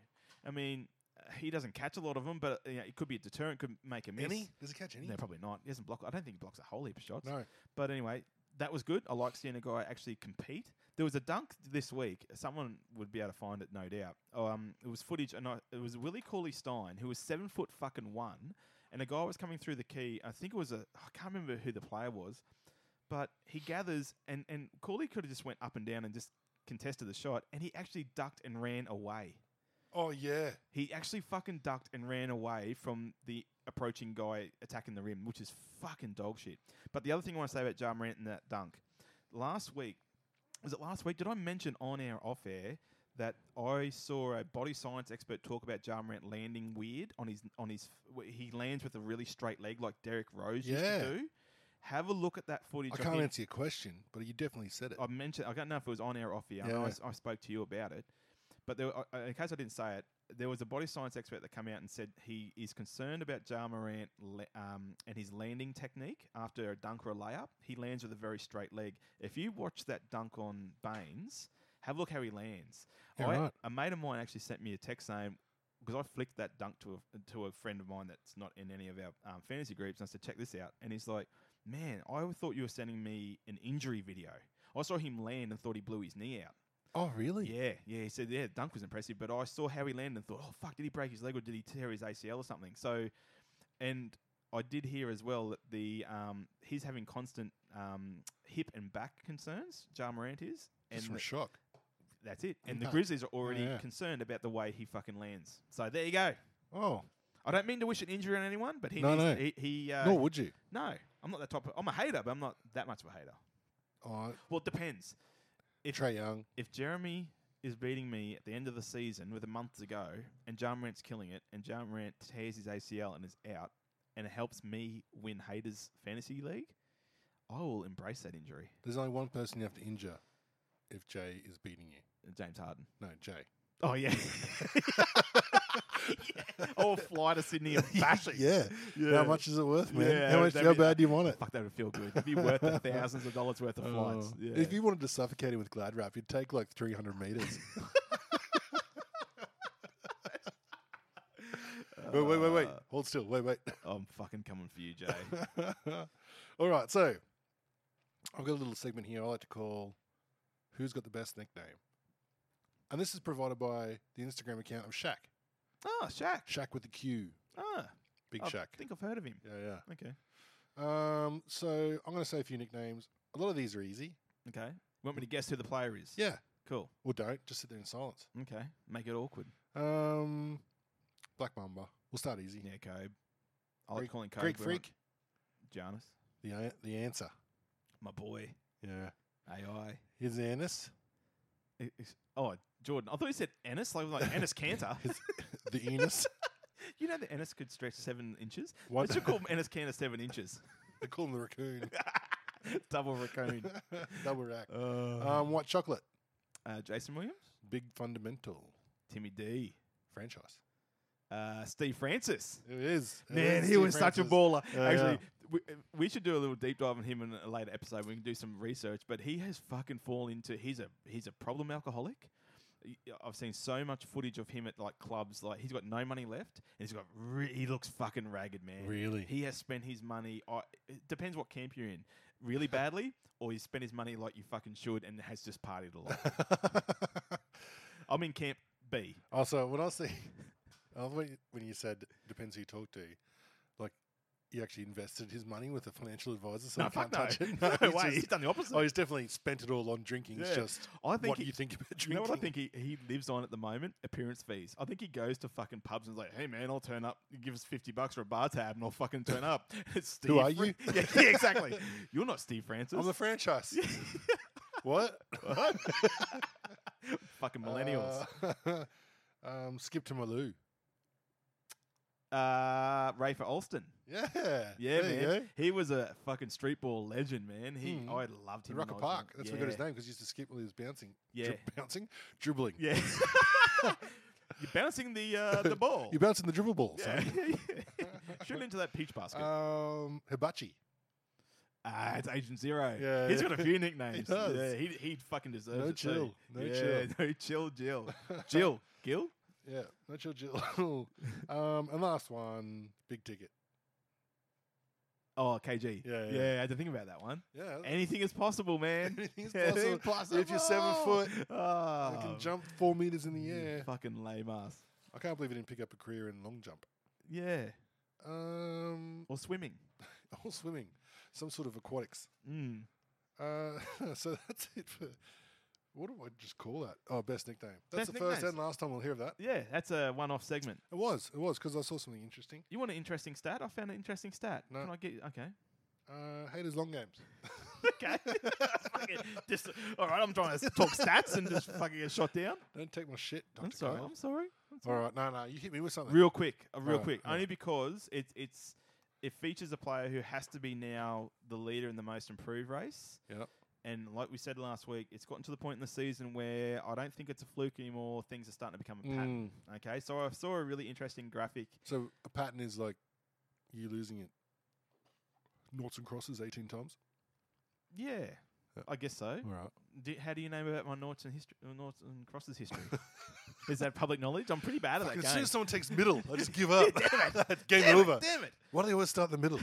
S6: I mean, uh, he doesn't catch a lot of them, but uh, you know, it could be a deterrent. Could make a miss.
S5: Any? Does he catch any?
S6: No, probably not. He doesn't block. I don't think he blocks a whole heap of shots.
S5: No.
S6: But anyway, that was good. I like seeing a guy actually compete. There was a dunk this week. Someone would be able to find it, no doubt. Um, it was footage, and I, it was Willie Cauley Stein, who was seven foot fucking one, and a guy was coming through the key. I think it was a. I can't remember who the player was, but he gathers, and and Cauley could have just went up and down and just contested the shot, and he actually ducked and ran away.
S5: Oh, yeah.
S6: He actually fucking ducked and ran away from the approaching guy attacking the rim, which is fucking dog shit. But the other thing I want to say about Ja Morant and that dunk, last week, was it last week? Did I mention on air, off air, that I saw a body science expert talk about Ja Morant landing weird on his on his wh- he lands with a really straight leg like Derek Rose
S5: Yeah.
S6: used to do. Have a look at that footage.
S5: I
S6: of
S5: can't
S6: him-
S5: answer your question, but you definitely said it.
S6: I mentioned. I don't know if it was on air or off air. I, know I
S5: Yeah.
S6: s- I spoke to you about it, but there, were- uh, in case I didn't say it, there was a body science expert that came out and said he is concerned about Ja Morant le- um, and his landing technique after a dunk or a layup. He lands with a very straight leg. If you watch that dunk on Baines, have a look how he lands.
S5: Yeah,
S6: I,
S5: right.
S6: A mate of mine actually sent me a text saying. Because I flicked that dunk to a, to a friend of mine that's not in any of our um, fantasy groups, and I said, "Check this out." And he's like, Man, I thought you were sending me an injury video. I saw him land and thought he blew his knee out.
S5: Oh, really?
S6: Yeah, yeah. He said, yeah, the dunk was impressive, but I saw how he landed and thought, oh, fuck, did he break his leg or did he tear his ACL or something? So, and I did hear as well that the um, he's having constant um, hip and back concerns, Ja Morant is. And
S5: Just from
S6: the- Uh,
S5: shock.
S6: that's it. And the
S5: Impact.
S6: Grizzlies are already
S5: Yeah, yeah.
S6: concerned about the way he fucking lands. So there you go.
S5: Oh,
S6: I don't mean to wish an injury on anyone, but he
S5: No,
S6: needs,
S5: no.
S6: he, he uh,
S5: nor would you.
S6: no, I'm not that type. Of, I'm a hater, but I'm not that much of a hater.
S5: Oh,
S6: Well, it depends. If
S5: Trey Young.
S6: if Jeremy is beating me at the end of the season with a month to go, and John Morant's killing it, and John Morant tears his ACL and is out, and it helps me win Haters Fantasy League, I will embrace that injury.
S5: There's only one person you have to injure if Jay is beating you.
S6: Uh, James Harden.
S5: No, Jay.
S6: Oh yeah. Or fly to Sydney and bash it. Yeah.
S5: How much is it worth, man?
S6: Yeah,
S5: How much?
S6: that'd
S5: How
S6: be-
S5: bad do you want it?
S6: Fuck, that would feel good. It'd be worth the thousands of dollars worth of flights.
S5: Oh.
S6: Yeah.
S5: If you wanted to suffocate him with glad wrap, you'd take like 300 meters. wait, wait, wait,
S6: Uh,
S5: wait. Hold still. Wait, wait.
S6: I'm fucking coming for you, Jay.
S5: All right. So I've got a little segment here I like to call Who's Got the Best Nickname? And this is provided by the Instagram account of Shaq.
S6: oh, Shaq.
S5: Shaq with the Q.
S6: Ah,
S5: Big
S6: I
S5: Shaq.
S6: think I've heard of him.
S5: yeah, yeah.
S6: Okay.
S5: Um, so I'm going to say a few nicknames. A lot of these are easy.
S6: Okay. Want me to guess who the player is?
S5: Yeah.
S6: Cool.
S5: Or don't. Just sit there in silence.
S6: Okay. Make it awkward.
S5: Um, Black Mamba. We'll start easy.
S6: Yeah, Cobe. I like
S5: Greek-
S6: calling Cobe.
S5: Greek
S6: but I'm
S5: Freak.
S6: not- Giannis.
S5: The an- the answer.
S6: My boy.
S5: Yeah.
S6: AI.
S5: His Anus.
S6: I- is- Oh, Jordan. I thought you said Ennis. Like, like Ennis Cantor.
S5: His- the Enos.
S6: you know that Ennis could stretch seven inches?
S5: What?
S6: Let's just call him Ennis Cantor seven inches.
S5: they call him the raccoon.
S6: Double raccoon.
S5: Double rack.
S6: uh,
S5: Um, white chocolate.
S6: uh, Jason Williams.
S5: Big fundamental
S6: Timmy D.
S5: franchise.
S6: Uh, Steve Francis.
S5: It is. It
S6: Man,
S5: is
S6: he
S5: Steve
S6: was such a
S5: Francis.
S6: baller.
S5: Yeah,
S6: Actually,
S5: yeah.
S6: We, we should do a little deep dive on him in a later episode. We can do some research, but he has fucking fallen into he's a he's a problem alcoholic. Y- I've seen so much footage of him at like clubs. Like he's got no money left, and he's got re- he looks fucking ragged, man.
S5: Really?
S6: he has spent his money. I, it depends what camp you're in, really badly, or he spent his money like you fucking should, and has just partied a lot. I'm in camp B.
S5: Also, when I see, I love when you- when you said depends who you talk to, like he actually invested his money with a financial advisor, so
S6: No,
S5: he can't
S6: fuck no.
S5: touch it.
S6: No,
S5: he's
S6: way.
S5: just-
S6: He's done the opposite.
S5: Oh, he's definitely spent it all on drinking. It's
S6: Yeah.
S5: just
S6: I think
S5: what
S6: he-
S5: you think about drinking.
S6: You know what I think he, he lives on at the moment? Appearance fees. I think he goes to fucking pubs and's like, hey man, I'll turn up. Give us 50 bucks for a bar tab and I'll fucking turn up. It's Steve
S5: Who are
S6: Fran-
S5: you?
S6: yeah, yeah, exactly. You're not Steve Francis.
S5: I'm the franchise. what?
S6: fucking millennials.
S5: Uh, um, skip to Malou.
S6: Uh, Ray for Alston.
S5: Yeah.
S6: Yeah,
S5: there you
S6: man.
S5: go.
S6: He was a fucking street ball legend, man. He,
S5: Mm.
S6: I loved
S5: The
S6: him.
S5: Rocker
S6: when I was young.
S5: Park. That's where he got his name because he used to skip while he was bouncing. Dri-
S6: Yeah.
S5: bouncing? Dribbling.
S6: Yeah. Yeah. You're bouncing the uh, the ball.
S5: You're bouncing the dribble ball.
S6: yeah.
S5: son.
S6: Shoot into that peach basket.
S5: Um, Hibachi.
S6: Ah, it's Agent Zero.
S5: Yeah,
S6: he's
S5: yeah.
S6: got a few nicknames.
S5: He does.
S6: Yeah, he, he fucking deserves
S5: No
S6: it. too.
S5: chill. No
S6: yeah,
S5: chill.
S6: No chill, Jill. Jill. Gil?
S5: Yeah, not your Jill. um, and last one, big ticket.
S6: Oh, KG.
S5: Yeah, yeah.
S6: yeah. I had to think about that one.
S5: Yeah,
S6: Anything is possible, man.
S5: Anything is
S6: Anything
S5: possible. If you're seven foot, I
S6: oh,
S5: can jump four meters in the
S6: you
S5: air.
S6: Fucking lame ass.
S5: I can't believe he didn't pick up a career in long jump.
S6: Yeah.
S5: Um,
S6: Or swimming.
S5: or swimming, some sort of aquatics.
S6: Mm.
S5: Uh, so that's it for. What do I just call that? Oh, best nickname. That's
S6: Best
S5: the first
S6: nicknames.
S5: and last time we'll hear of that.
S6: Yeah, that's a one-off segment.
S5: It was, it was because I saw something interesting.
S6: You want an interesting stat? I found an interesting stat.
S5: No.
S6: Can I get? Okay.
S5: Uh, haters long games.
S6: okay. Fucking dis- all right, I'm trying to talk stats and just fucking get shot down.
S5: Don't take my shit, Dr.
S6: I'm sorry.
S5: Kyle.
S6: I'm sorry.
S5: All right, no, no, you hit me with something.
S6: Real quick, uh, real
S5: Alright,
S6: quick.
S5: alright.
S6: Only because it's it's it features a player who has to be now the leader in the most improved race.
S5: Yep.
S6: And like we said last week, it's gotten to the point in the season where I don't think it's a fluke anymore. Things are starting to become
S5: Mm.
S6: a pattern. Okay, so I saw a really interesting graphic.
S5: So a pattern is like you losing it. Noughts and crosses eighteen times.
S6: Yeah,
S5: Yep.
S6: I guess so.
S5: All right.
S6: Do, how do you know about my noughts and history, uh, noughts and crosses history? Is that public knowledge? I'm pretty bad at that
S5: As soon
S6: game.
S5: as someone takes middle, I just give up. Game over.
S6: Damn it!
S5: Why do they always start in the middle?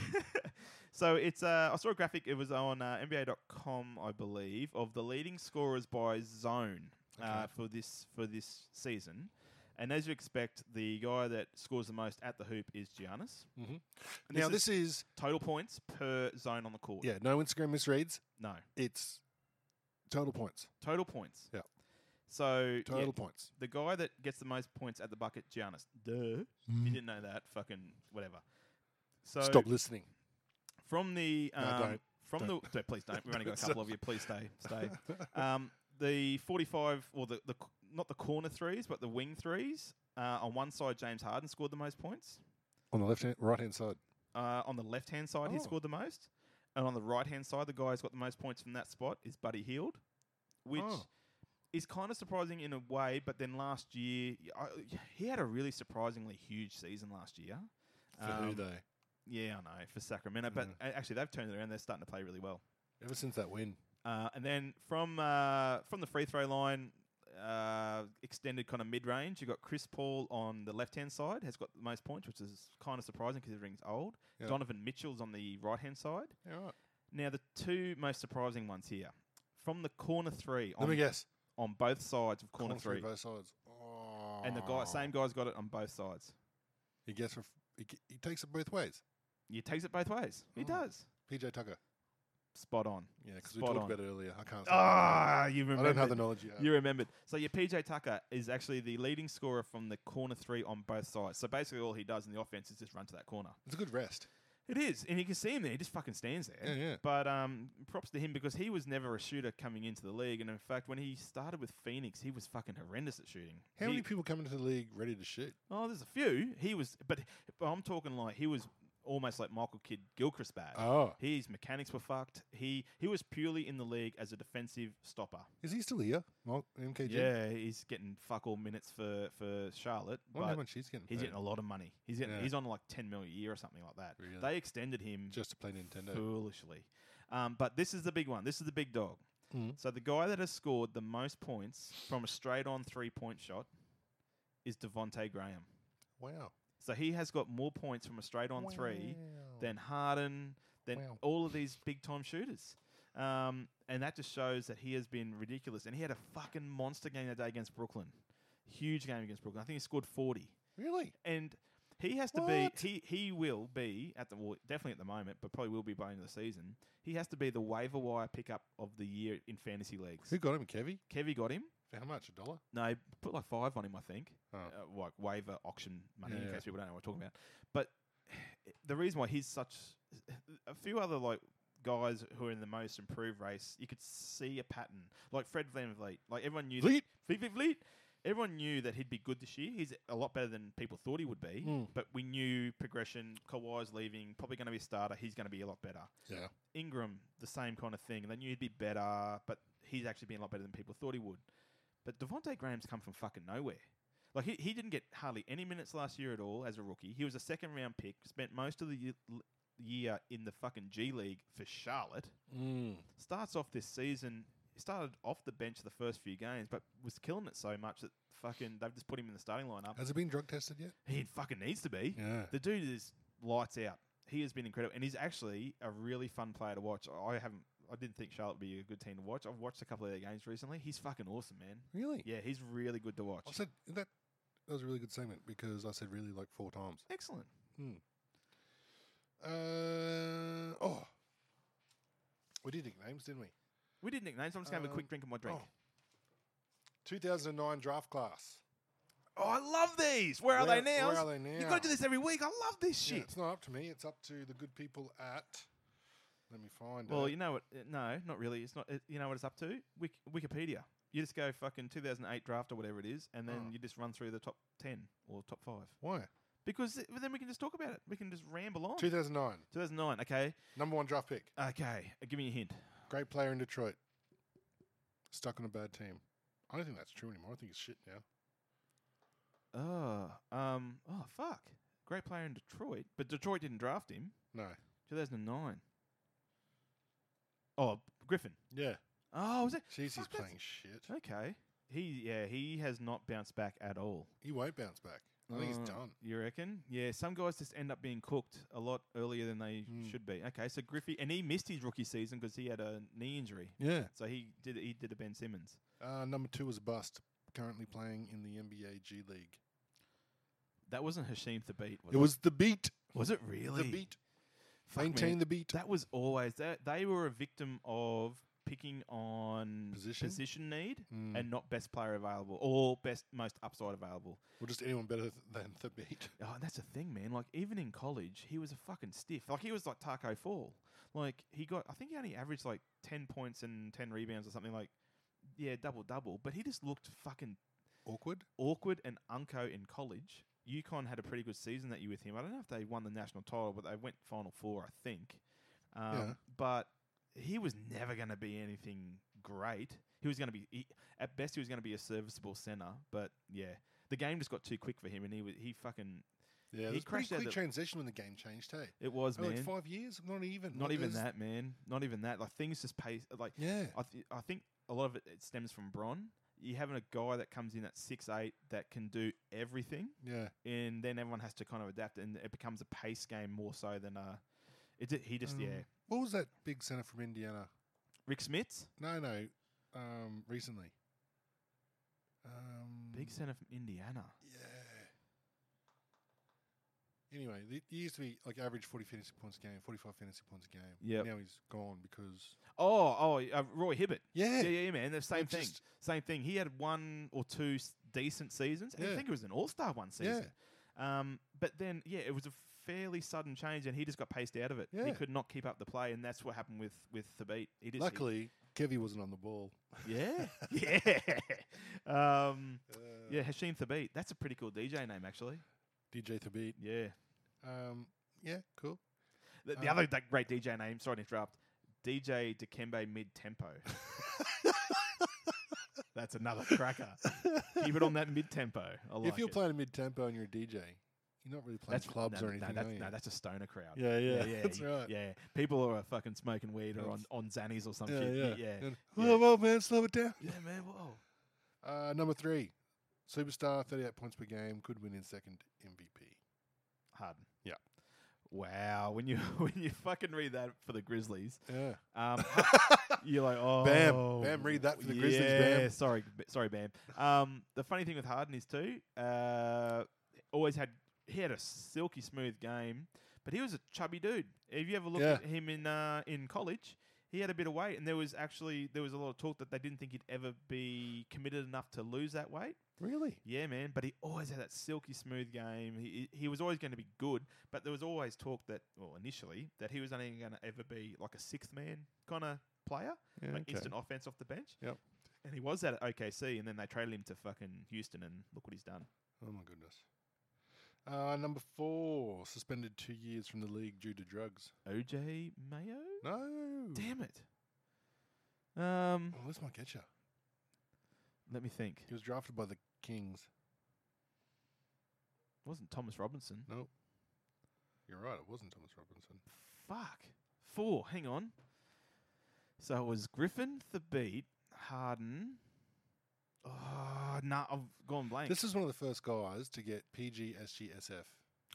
S6: So it's uh, I saw a graphic. It was on uh, NBA.com, I believe, of the leading scorers by zone uh, for this for this season. And as you expect, the guy that scores the most at the hoop is Giannis. Mm-hmm.
S5: now this is
S6: total points per zone on the court.
S5: yeah, no Instagram misreads.
S6: No,
S5: It's total points.
S6: total points.
S5: Yeah.
S6: So yeah,
S5: Total points.
S6: the guy that gets the most points at the bucket, Giannis. Duh. You didn't know that. Fucking whatever. So
S5: Mm. Stop listening.
S6: from the um,
S5: don't.
S6: from
S5: Don't.
S6: the no, please don't. We've only got a couple of you. Please stay, stay. Um, the forty-five or the the c- not the corner threes, but the wing threes. Uh, on one side, James Harden scored the most points.
S5: On the left hand, right hand side.
S6: Uh, on the left-hand side, he
S5: Oh.
S6: scored the most, and on the right-hand side, the guy who's got the most points from that spot is Buddy Heald, which.
S5: Oh.
S6: Is kind of surprising in a way, but then last year I, he had a really surprisingly huge season last year.
S5: For who
S6: Um,
S5: though? Hmm.
S6: Yeah, I know for Sacramento, but a- actually they've turned it around. They're starting to play really well.
S5: Ever since that win,
S6: Uh, and then from uh, from the free throw line, uh, extended kind of mid range, you've got Chris Paul on the left hand side, has got the most points, which is kind of surprising considering he's old.
S5: Yeah.
S6: Donovan Mitchell's on the right hand side.
S5: yeah, right.
S6: Now, the two most surprising ones here from the corner three
S5: Let me
S6: on,
S5: guess.
S6: on both sides of corner
S5: Corner
S6: three.
S5: both sides. Oh.
S6: and the guy, same guy's got it on both sides.
S5: He gets. Ref- he, g- he takes it both ways.
S6: He takes it both ways. He
S5: Oh.
S6: does.
S5: PJ Tucker.
S6: Spot on.
S5: Yeah, because we
S6: Spot
S5: talked
S6: on.
S5: about it earlier. I can't.
S6: Ah, you
S5: I
S6: remember.
S5: don't have the knowledge. Yet.
S6: You remembered. So your PJ Tucker is actually the leading scorer from the corner three on both sides. So basically, all he does in the offense is just run to that corner.
S5: It's a good rest.
S6: It is, and you can see him there. He just fucking stands there.
S5: Yeah, yeah.
S6: But um, props to him because he was never a shooter coming into the league, and in fact, when he started with Phoenix, he was fucking horrendous at shooting.
S5: How
S6: He-
S5: many people come into the league ready to shoot?
S6: Oh, there's a few. He was, but, but I'm talking like he was almost like Michael Kidd Gilchrist bad.
S5: Oh.
S6: His mechanics were fucked. He he was purely in the league as a defensive stopper.
S5: Is he still here? Mark MKG.
S6: Yeah, he's getting fuck all minutes for for Charlotte.
S5: I wonder how
S6: but
S5: much he's getting.
S6: He's
S5: paid
S6: getting a lot of money. He's getting
S5: Yeah.
S6: he's on like ten mil a year or something like that.
S5: Really?
S6: They extended him
S5: just to play Nintendo.
S6: foolishly. Um, but this is the big one. This is the big dog.
S5: Mm.
S6: So the guy that has scored the most points from a straight on three point shot is Devonte Graham.
S5: Wow.
S6: So he has got more points from a straight on three
S5: Wow.
S6: than Harden, than
S5: Wow.
S6: all of these big time shooters. Um, and that just shows that he has been ridiculous. And he had a fucking monster game that day against Brooklyn. Huge game against Brooklyn. I think he scored 40
S5: Really?
S6: and he has to
S5: What?
S6: be he he will be at the well, definitely at the moment, but probably will be by the end of the season. He has to be the waiver wire pickup of the year in fantasy leagues.
S5: Who got him, Kevy?
S6: Kevy got him.
S5: For how much? A dollar?
S6: No, he put like five on him, I think.
S5: Oh.
S6: Uh, like waiver auction money, in
S5: Yeah.
S6: case people don't know what we're talking about. But the reason why he's such a few other like guys who are in the most improved race, you could see a pattern. Like Fred VanVleet, like everyone knew
S5: Vliet?
S6: that Vliet, Vliet, everyone knew that he'd be good this year. He's a lot better than people thought he would be.
S5: Mm.
S6: But we knew progression. Kawhi's leaving, probably going to be a starter. He's going to be a lot better.
S5: Yeah.
S6: Ingram, the same kind of thing. They knew he'd be better, but he's actually been a lot better than people thought he would. But Devonte Graham's come from fucking nowhere. Like he, he didn't get hardly any minutes last year at all as a rookie. He was a second round pick. Spent most of the ye- l- year in the fucking G League for Charlotte.
S5: Mm.
S6: Starts off this season. He started off the bench the first few games, but was killing it so much that fucking they've just put him in the starting lineup.
S5: Has it been drug tested yet?
S6: He fucking needs to be.
S5: Yeah.
S6: The dude is lights out. He has been incredible, and he's actually a really fun player to watch. I haven't, I didn't think Charlotte would be a good team to watch. I've watched a couple of their games recently. He's fucking awesome, man.
S5: Really?
S6: Yeah, he's really good to watch.
S5: I said that. That was a really good segment because I said really like four times.
S6: Excellent.
S5: Uh, oh, we did nicknames, didn't we?
S6: We did nicknames. I'm just gonna have a quick
S5: Um,
S6: drink of my drink.
S5: oh. 2009 draft class.
S6: Oh, I love these. Where, are
S5: Where-
S6: they now?
S5: where are they
S6: You
S5: now?
S6: gotta do this every week. I love this
S5: Yeah,
S6: shit.
S5: it's not up to me. It's up to the good people at. Let me find
S6: Well,
S5: it.
S6: you know what? uh, No, not really. It's not. It, you know what it's up to? Wik- Wikipedia. You just go fucking 2008 draft or whatever it is, and then
S5: Oh.
S6: you just run through the top 10 or top five.
S5: Why?
S6: Because th- then we can just talk about it. We can just ramble on.
S5: 2009,
S6: 2009. Okay.
S5: number one draft pick.
S6: Okay. Uh, Give me a hint.
S5: Great player in Detroit. Stuck on a bad team. I don't think that's true anymore. I think it's shit now.
S6: Oh, um, oh, fuck. Great player in Detroit, but Detroit didn't draft him.
S5: No.
S6: 2009. Oh, Griffin.
S5: Yeah.
S6: Oh, was it?
S5: Jeez, he's
S6: Fuck, that's-
S5: playing shit.
S6: Okay. He, yeah, he has not bounced back at all.
S5: He won't bounce back. I think he's
S6: Uh,
S5: done.
S6: You reckon? Yeah, some guys just end up being cooked a lot earlier than they
S5: Hmm.
S6: should be. Okay, so Griffey and he missed his rookie season because he had a knee injury.
S5: Yeah.
S6: So he did he did a Ben Simmons.
S5: Uh, number two is bust. Currently playing in the NBA G League.
S6: That wasn't Hashim Thabit,
S5: It
S6: was it?
S5: was the beat.
S6: Was it really?
S5: The beat.
S6: Fuck, man.
S5: Maintain the beat.
S6: That was always that they were a victim of picking on
S5: Position? Mm.
S6: need and not best player available or best most upside available.
S5: Or just anyone better th- than the beat.
S6: Oh, and that's the thing, man. Like even in college, he was a fucking stiff. Like he was like Taco Fall. Like he got, I think he only averaged like ten points and ten rebounds or something. Like yeah, double double. But he just looked fucking
S5: Awkward.
S6: awkward and unco in college. UConn had a pretty good season that year with him. I don't know if they won the national title, but they went final four, I think. Um,
S5: Yeah.
S6: But he was never going to be anything great. He was going to be he, at best he was going to be a serviceable center. But yeah, the game just got too quick for him, and he was he fucking
S5: Yeah,
S6: He
S5: it was a pretty
S6: crashed out
S5: quick
S6: the-
S5: transition when the game changed, hey?
S6: it was
S5: Oh,
S6: man.
S5: like five years? Not even.
S6: Not
S5: Like,
S6: even
S5: there's-
S6: that, man. Not even that. Like things just pace. Like
S5: Yeah.
S6: I, th- I think a lot of it, it stems from Bron. You having a guy that comes in at six eight that can do everything,
S5: Yeah.
S6: and then everyone has to kind of adapt, and it becomes a pace game more so than uh, it's a, he just
S5: Mm.
S6: yeah.
S5: Um, What was that big center from Indiana?
S6: Rick Smith,
S5: No, no. Um, recently. Um,
S6: big center from Indiana.
S5: Yeah. Anyway, th- he used to be like average 40 fantasy points a game, 45 fantasy points a game.
S6: Yep.
S5: Now he's gone because.
S6: Oh, oh, uh, Roy Hibbert.
S5: Yeah.
S6: yeah, yeah, man. The same
S5: It
S6: thing.
S5: just-
S6: Same thing. He had one or two s- decent seasons. and I
S5: Yeah.
S6: think it was an All Star one season. Um, but then, yeah, it was a fairly sudden change, and he just got paced out of it. He
S5: Yeah.
S6: could not keep up the play, and that's what happened with with Thabit. He just, he-
S5: Luckily, Kevy wasn't on the ball.
S6: yeah, yeah. Um,
S5: Uh,
S6: yeah, Hashim Thabit. That's a pretty cool DJ name, actually.
S5: DJ Thabit.
S6: Yeah.
S5: Um, yeah, cool.
S6: The, the
S5: Uh,
S6: other that great DJ name. Sorry to interrupt. DJ Dikembe mid tempo. That's another cracker. Keep it on that mid tempo. I like
S5: if you're
S6: it.
S5: playing a mid tempo and you're a DJ, you're not really playing clubs
S6: no,
S5: or anything.
S6: No, that's,
S5: are you?
S6: no, that's a stoner crowd.
S5: Yeah, yeah, that's
S6: you-
S5: right.
S6: Yeah, people are fucking smoking weed or on,
S5: That's-
S6: on Xannies or some
S5: yeah,
S6: shit.
S5: yeah.
S6: Yeah, yeah.
S5: And, Whoa, whoa, man, slow it down.
S6: Yeah, man. Whoa.
S5: Uh, number three, superstar, 38 points per game, could win in second MVP.
S6: Harden.
S5: Yeah.
S6: Wow. When you when you fucking read that for the Grizzlies,
S5: Yeah.
S6: um, you're like, oh,
S5: Bam. Bam, read that for the Grizzlies, Bam.
S6: Yeah, Sorry, b- sorry, Bam. Um, the funny thing with Harden is too, uh, always had he had a silky smooth game, but he was a chubby dude. If you ever looked
S5: Yeah.
S6: at him in uh, in college, he had a bit of weight, and there was actually there was a lot of talk that they didn't think he'd ever be committed enough to lose that weight.
S5: Really?
S6: Yeah, man. But he always had that silky smooth game. He he he was always going to be good, but there was always talk that, well, initially, that he was only going to ever be like a sixth man kind of player,
S5: Yeah,
S6: like
S5: okay.
S6: instant offense off the bench.
S5: Yep.
S6: And he was that at OKC, and then they traded him to fucking Houston, and look what he's done.
S5: Oh, my goodness. Uh, number four, suspended two years from the league due to drugs.
S6: OJ Mayo.
S5: No.
S6: Damn it. Um,
S5: Oh, this might get you.
S6: let me think.
S5: He was drafted by the Kings.
S6: It wasn't Thomas Robinson?
S5: Nope. You're right. It wasn't Thomas Robinson.
S6: Fuck. Four. Hang on. So it was Griffin, the beat, Harden. Oh, nah, I've gone blank.
S5: This is one of the first guys to get PGSGSF.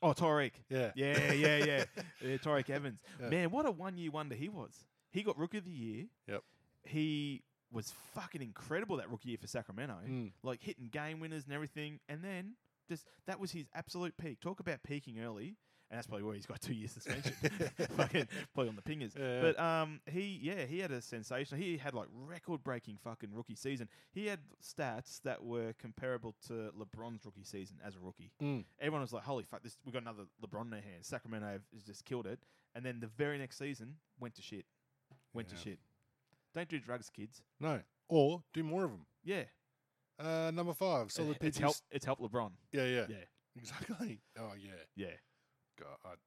S6: oh, Tariq.
S5: Yeah.
S6: Yeah, yeah, yeah. yeah Tariq Evans.
S5: Yeah.
S6: Man, what a one year wonder he was. He got Rookie of the Year.
S5: Yep.
S6: He was fucking incredible that rookie year for Sacramento.
S5: Mm.
S6: Like hitting game winners and everything. And then just that was his absolute peak. Talk about peaking early. And that's probably where he's got two years suspension. fucking probably on the pingers.
S5: Yeah.
S6: But um, he yeah, he had a sensation. He had like record breaking fucking rookie season. He had stats that were comparable to LeBron's rookie season as a rookie.
S5: Mm.
S6: Everyone was like, "Holy fuck, this we got another LeBron in our hands." Sacramento have- has just killed it. And then the very next season went to shit. went to
S5: Yeah.
S6: shit. Don't do drugs, kids.
S5: No. Or do more of them.
S6: Yeah,
S5: Uh, number five, solid
S6: it's
S5: people.
S6: help. It's help LeBron.
S5: Yeah, yeah,
S6: Yeah,
S5: Exactly. Oh, yeah.
S6: yeah.
S5: God. ugh.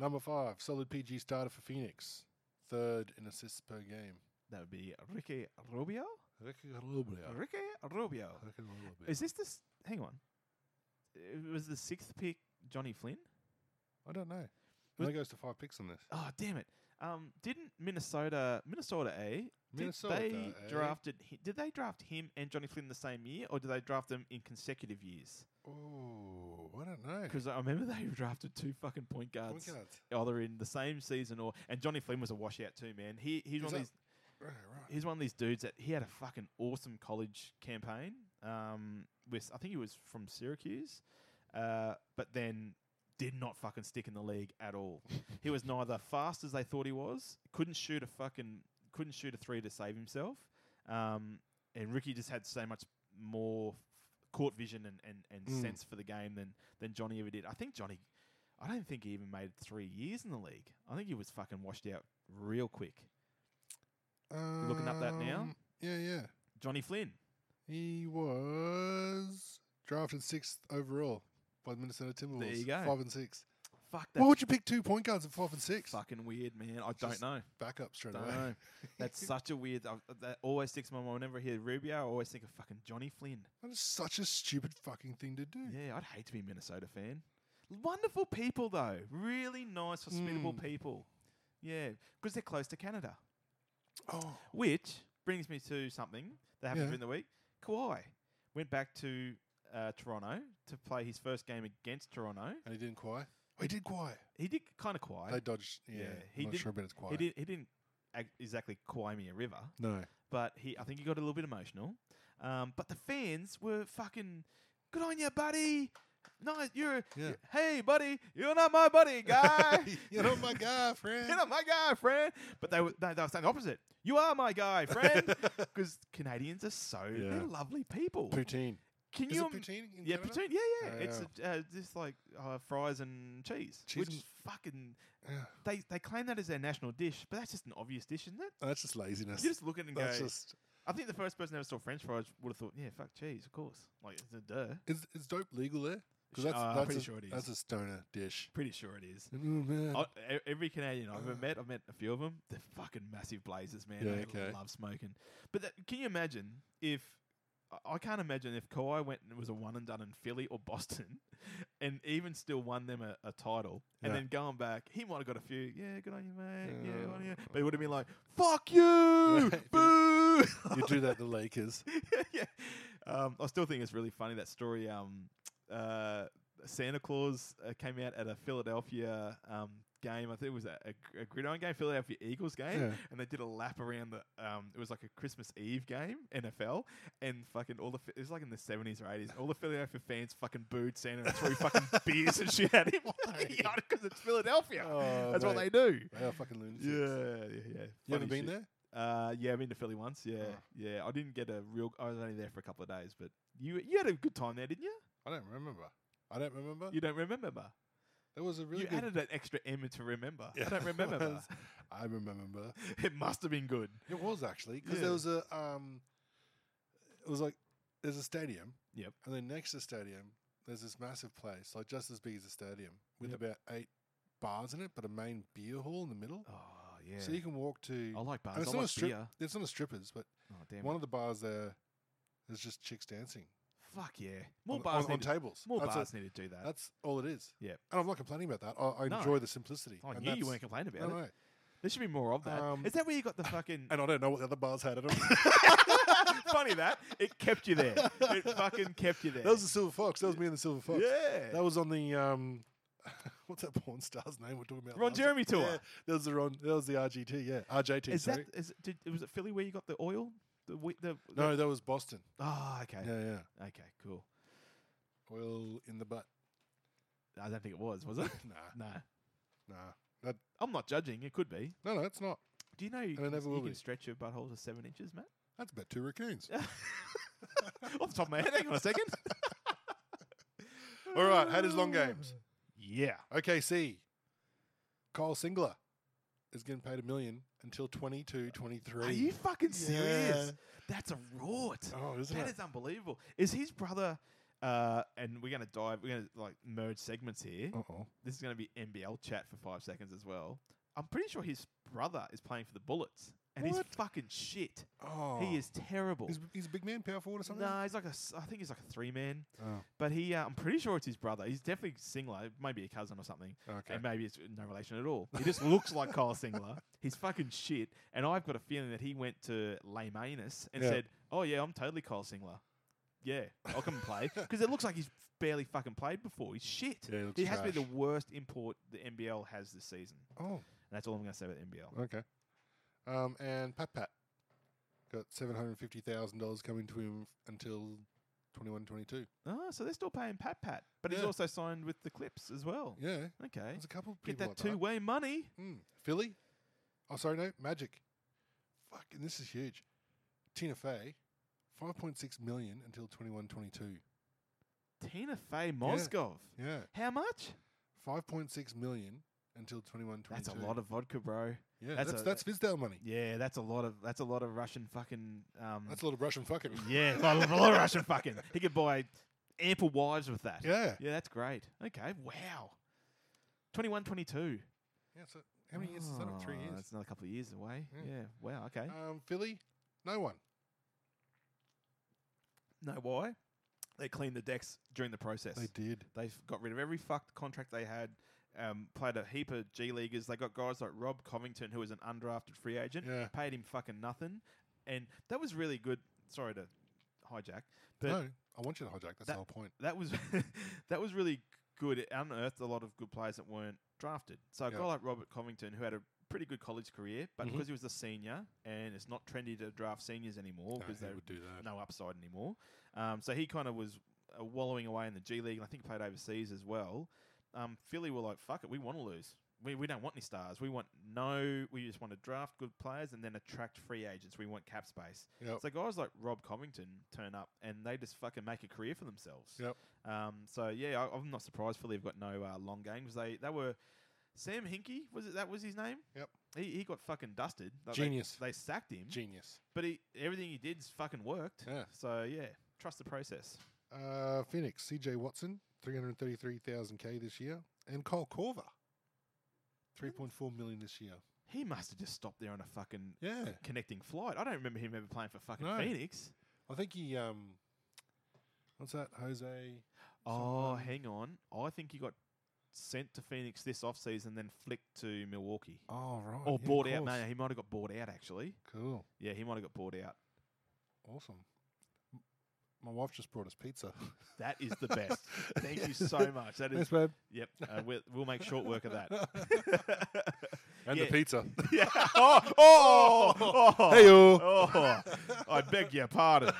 S5: Number five, solid PG starter for Phoenix. Third in assists per game.
S6: That would be Ricky Rubio.
S5: Ricky Rubio.
S6: Ricky Rubio.
S5: Ricky Rubio.
S6: Is this the? s- Hang on. It was the sixth pick, Johnny Flynn.
S5: I don't know.
S6: Was-
S5: Only goes to five picks on this.
S6: Oh damn it! Um, didn't Minnesota Minnesota A?
S5: Minnesota eh?
S6: did they
S5: A.
S6: drafted? hi- Did they draft him and Johnny Flynn the same year, or did they draft them in consecutive years?
S5: Oh, I don't know.
S6: Because I remember they drafted two fucking point guards,
S5: Point guards.
S6: either in the same season or. And Johnny Flynn was a washout too, man. He
S5: Is
S6: he's one of
S5: that-
S6: these
S5: Right, right.
S6: he's one of these dudes that he had a fucking awesome college campaign. Um, with I think he was from Syracuse, uh, but then did not fucking stick in the league at all. he was neither fast as they thought he was, couldn't shoot a fucking couldn't shoot a three to save himself, um, and Ricky just had so much more f- court vision and and, and
S5: Mm.
S6: sense for the game than than Johnny ever did. I think Johnny. I don't think he even made three years in the league. I think he was fucking washed out real quick.
S5: Um,
S6: looking up that now?
S5: Yeah, yeah.
S6: Johnny Flynn.
S5: He was drafted sixth overall by the Minnesota Timberwolves.
S6: you go.
S5: Five and six.
S6: Fuck
S5: Why would you pick two point guards at five and six?
S6: fucking weird, man. I don't
S5: Just
S6: know.
S5: Back up straight
S6: Don't
S5: away.
S6: know. That's such a weird. Uh, that always sticks in my mind. Whenever I hear Rubio, I always think of fucking Johnny Flynn.
S5: That is such a stupid fucking thing to do.
S6: Yeah, I'd hate to be a Minnesota fan. Wonderful people though, really nice, hospitable
S5: Mm.
S6: people. Yeah, because they're close to Canada,
S5: Oh,
S6: which brings me to something that happened
S5: Yeah.
S6: during the week. Kawhi went back to uh, Toronto to play his first game against Toronto.
S5: and he didn't quiet. Oh, he did quiet.
S6: He did kind of
S5: they
S6: quiet.
S5: dodged. Yeah,
S6: he
S5: I'm not
S6: didn't-
S5: sure about his
S6: He
S5: quiet.
S6: did. He didn't ac- exactly Kawhi me a river.
S5: No.
S6: but he I think he got a little bit emotional. Um, but the fans were fucking good on you, buddy. Nice, you're
S5: Yeah.
S6: hey, buddy, you're not my buddy, guy.
S5: you know my guy, friend.
S6: You're not my guy, friend. But they were they, they were saying the opposite. You are my guy, friend. Because Canadians are so
S5: Yeah.
S6: they're lovely people.
S5: Poutine.
S6: Can
S5: Is
S6: you
S5: it
S6: im-
S5: poutine in
S6: yeah,
S5: Canada?
S6: poutine. Yeah, yeah.
S5: Oh,
S6: it's A, uh, just like uh, fries and cheese,
S5: Cheese
S6: which
S5: and-
S6: is fucking.
S5: Yeah.
S6: They they claim that as their national dish, but that's just an obvious dish, isn't it?
S5: Oh, that's just laziness.
S6: You just look at it and
S5: that's
S6: go,
S5: just.
S6: I think the first person that ever saw French fries would have thought, yeah, fuck cheese, of course. Like, it's a duh.
S5: Is, is dope legal there? Because
S6: Sh-
S5: that's,
S6: uh,
S5: that's
S6: pretty
S5: a,
S6: sure it is.
S5: That's a stoner dish.
S6: Pretty sure it is.
S5: Oh, man.
S6: I, e- every Canadian I've ever met, I've met a few of them. They're fucking massive blazers, man.
S5: Yeah,
S6: they
S5: okay.
S6: love smoking. But that, can you imagine if I- I can't imagine if Kawhi went and was a one and done in Philly or Boston, and even still won them a, a title, and
S5: Yeah.
S6: then going back, he might have got a few. Yeah, good on you, mate. Yeah, good on you.
S5: Yeah.
S6: But he would have been like, "Fuck you,
S5: If you-
S6: boo."
S5: you do that to Lakers.
S6: yeah. Um, I still think it's really funny that story. Um, uh, Santa Claus uh, came out at a Philadelphia um, game. I think it was a, a, a gridiron game, Philadelphia Eagles game,
S5: Yeah.
S6: and they did a lap around the. Um, it was like a Christmas Eve game, NFL, and fucking all the. Ph- It was like in the seventies or eighties. All the Philadelphia fans fucking booed Santa and threw fucking beers and shit at him because it's Philadelphia.
S5: Oh,
S6: That's what they
S5: mate.
S6: do.
S5: They are fucking lunatics.
S6: Yeah, yeah, yeah.
S5: You ever
S6: Funny
S5: been
S6: shit.
S5: there?
S6: Uh, yeah, I've been to Philly once. Yeah,
S5: Oh.
S6: yeah. I didn't get a real. I was only there for a couple of days, but you you had a good time there, didn't you?
S5: I don't remember. I don't remember.
S6: You don't remember? Bar.
S5: There was a Uh, really
S6: you
S5: good.
S6: added an extra M to remember.
S5: Yeah,
S6: I don't
S5: it
S6: remember. Bar.
S5: was. I remember.
S6: it must have been good.
S5: It was actually because
S6: Yeah.
S5: there was a um, it was like there's a stadium.
S6: Yep.
S5: And then next to the stadium, there's this massive place, like just as big as the stadium, with
S6: Yep.
S5: about eight bars in it, but a main beer hall in the middle.
S6: Oh yeah.
S5: So you can walk to.
S6: I like bars.
S5: and
S6: I
S5: it's not a
S6: like
S5: strip.
S6: beer.
S5: It's not a strippers, but
S6: Oh damn.
S5: one
S6: it.
S5: of the bars there, there's just chicks dancing
S6: Fuck yeah. More
S5: on, on,
S6: bars
S5: on
S6: need. to-
S5: tables.
S6: More
S5: that's
S6: bars
S5: It.
S6: need to do that.
S5: That's all it is.
S6: Yep.
S5: And I'm not complaining about that. I, I
S6: No. Oh,
S5: enjoy the simplicity.
S6: I
S5: and
S6: knew you
S5: that's-
S6: weren't complaining about
S5: No,
S6: it.
S5: no.
S6: There should be more of that. Is
S5: Um,
S6: that where you got the fucking?
S5: And I don't know what the other bars had at them.
S6: funny that it kept you there. It fucking kept you there.
S5: that was the Silver Fox. That was me and the Silver Fox.
S6: yeah.
S5: That was on the um, what's that porn star's name we're talking about?
S6: Ron
S5: last time?
S6: Jeremy tour.
S5: Yeah, that was the Ron. That was the RGT. Yeah, RJT.
S6: Is
S5: sorry.
S6: that is it- did, was it Philly where you got the oil? The wheat the
S5: no, that was Boston.
S6: Ah, okay.
S5: Yeah, yeah.
S6: Okay, cool.
S5: Oil in the butt.
S6: I don't think it was, was it?
S5: Nah,
S6: no.
S5: nah. That,
S6: I'm not judging. It could be.
S5: no, no, it's not.
S6: Do you know you,
S5: And it
S6: can,
S5: never
S6: you
S5: will
S6: can
S5: be.
S6: stretch your butthole to seven inches, Matt?
S5: That's about two raccoons.
S6: Off the top of my head, hang on a second.
S5: All right, had his long games.
S6: yeah.
S5: OKC. Kyle Singler is getting paid a million until 22, 23.
S6: Are you fucking serious?
S5: Yeah.
S6: That's a rort.
S5: Oh, isn't
S6: That
S5: it?
S6: is unbelievable. Is his brother? Uh, and we're gonna dive. We're gonna like merge segments here.
S5: Uh-oh.
S6: This is gonna be NBL chat for five seconds as well. I'm pretty sure his brother is playing for the Bullets, and he's
S5: What?
S6: fucking shit.
S5: Oh.
S6: He is terrible.
S5: He's, he's a big man, power forward or something?
S6: No, he's like a. s- I think he's like a three man.
S5: Oh.
S6: But he, uh, I'm pretty sure it's his brother. He's definitely Singler, maybe a cousin or something.
S5: Okay.
S6: And maybe it's no relation at all. He just looks like Kyle Singler. He's fucking shit. And I've got a feeling that he went to Lame Anus and
S5: Yeah.
S6: said, Oh, yeah, I'm totally Kyle Singler. Yeah, I'll come and play. Because it looks like he's barely fucking played before. He's shit.
S5: Yeah, he looks
S6: has to be
S5: trash.
S6: the worst import the NBL has this season.
S5: Oh,
S6: And that's all I'm going to say about NBL.
S5: okay. Um, and Pat Pat got $750,000 coming to him until 21, 22.
S6: Oh, so they're still paying Pat Pat. But he's
S5: Yeah.
S6: also signed with the Clips as well.
S5: Yeah.
S6: Okay.
S5: There's a couple of
S6: Get
S5: people
S6: that
S5: like
S6: two way money.
S5: Mm. Philly? Oh, sorry, no. Magic. Fucking, this is huge. Tina Fey, 5.6 million until 21, 22.
S6: Tina Fey Mozgov.
S5: Yeah.
S6: How much?
S5: 5.6 million until 21, 22.
S6: That's a lot of vodka, bro.
S5: Yeah,
S6: that's
S5: that's,
S6: a-
S5: that's, Fizdale money.
S6: Yeah, that's a lot of that's a lot of Russian fucking. Um,
S5: That's a lot of Russian fucking.
S6: yeah, a lot, of, a lot of Russian fucking. He could buy ample wives with that.
S5: Yeah.
S6: yeah, that's great. Okay, wow. 21, 22.
S5: Yeah, so how many years is that? Three
S6: Oh,
S5: years.
S6: That's another couple of years away.
S5: Yeah.
S6: Yeah. Wow. Okay.
S5: Um, Philly, no one.
S6: no, why? They cleaned the decks during the process.
S5: They did.
S6: They've got rid of every fucked contract they had. Um, played a heap of G leaguers. They got guys like Rob Covington, who was an undrafted free agent.
S5: Yeah.
S6: Paid him fucking nothing, and that was really good. Sorry to hijack, but
S5: No, I want you to hijack. That's
S6: That-
S5: the whole point.
S6: that was that was really good. It unearthed a lot of good players that weren't drafted. So a
S5: Yeah.
S6: guy like Robert Covington, who had a pretty good college career, but
S5: Mhm.
S6: because he was a senior and it's not trendy to draft seniors anymore
S5: No,
S6: because
S5: who
S6: they
S5: would do that.
S6: no upside anymore. Um, so he kind of was uh, wallowing away in the G League, and I think he played overseas as well. Um, Philly were like, "Fuck it, we want to lose. We, we don't want any stars. We want no. We just want to draft good players and then attract free agents. We want cap space."
S5: Yep.
S6: So guys like Rob Covington turn up and they just fucking make a career for themselves.
S5: Yep.
S6: Um, so yeah, I, I'm not surprised Philly have got no uh, long games. They they were Sam Hinkie was it that was his name?
S5: Yep.
S6: He, he got fucking dusted. Like, they-
S5: Genius.
S6: They, sacked him.
S5: Genius.
S6: But he, everything he did's fucking worked.
S5: Yeah.
S6: So yeah, trust the process.
S5: Uh, Phoenix, CJ Watson, 333,000K this year. And Cole Corver, 3.4 million this year.
S6: He must have just stopped there on a fucking
S5: Yeah.
S6: connecting flight. I don't remember him ever playing for fucking
S5: No.
S6: Phoenix.
S5: I think he, um, what's that? Jose.
S6: Oh,
S5: someone-
S6: hang on. I think he got sent to Phoenix this offseason, then flicked to Milwaukee.
S5: Oh, right.
S6: or
S5: yeah,
S6: bought
S5: of
S6: out. No,
S5: course.
S6: no, he might have got bought out actually.
S5: Cool.
S6: Yeah, he might have got bought out.
S5: Awesome. M- My wife just brought us pizza.
S6: That is the best. Thank you so much. That is.
S5: Thanks, babe.
S6: Yep. Uh, we'll, we'll make short work of that.
S5: And
S6: Yeah.
S5: the pizza.
S6: yeah. Oh. Oh. oh.
S5: hey, yo.
S6: oh, I beg your pardon.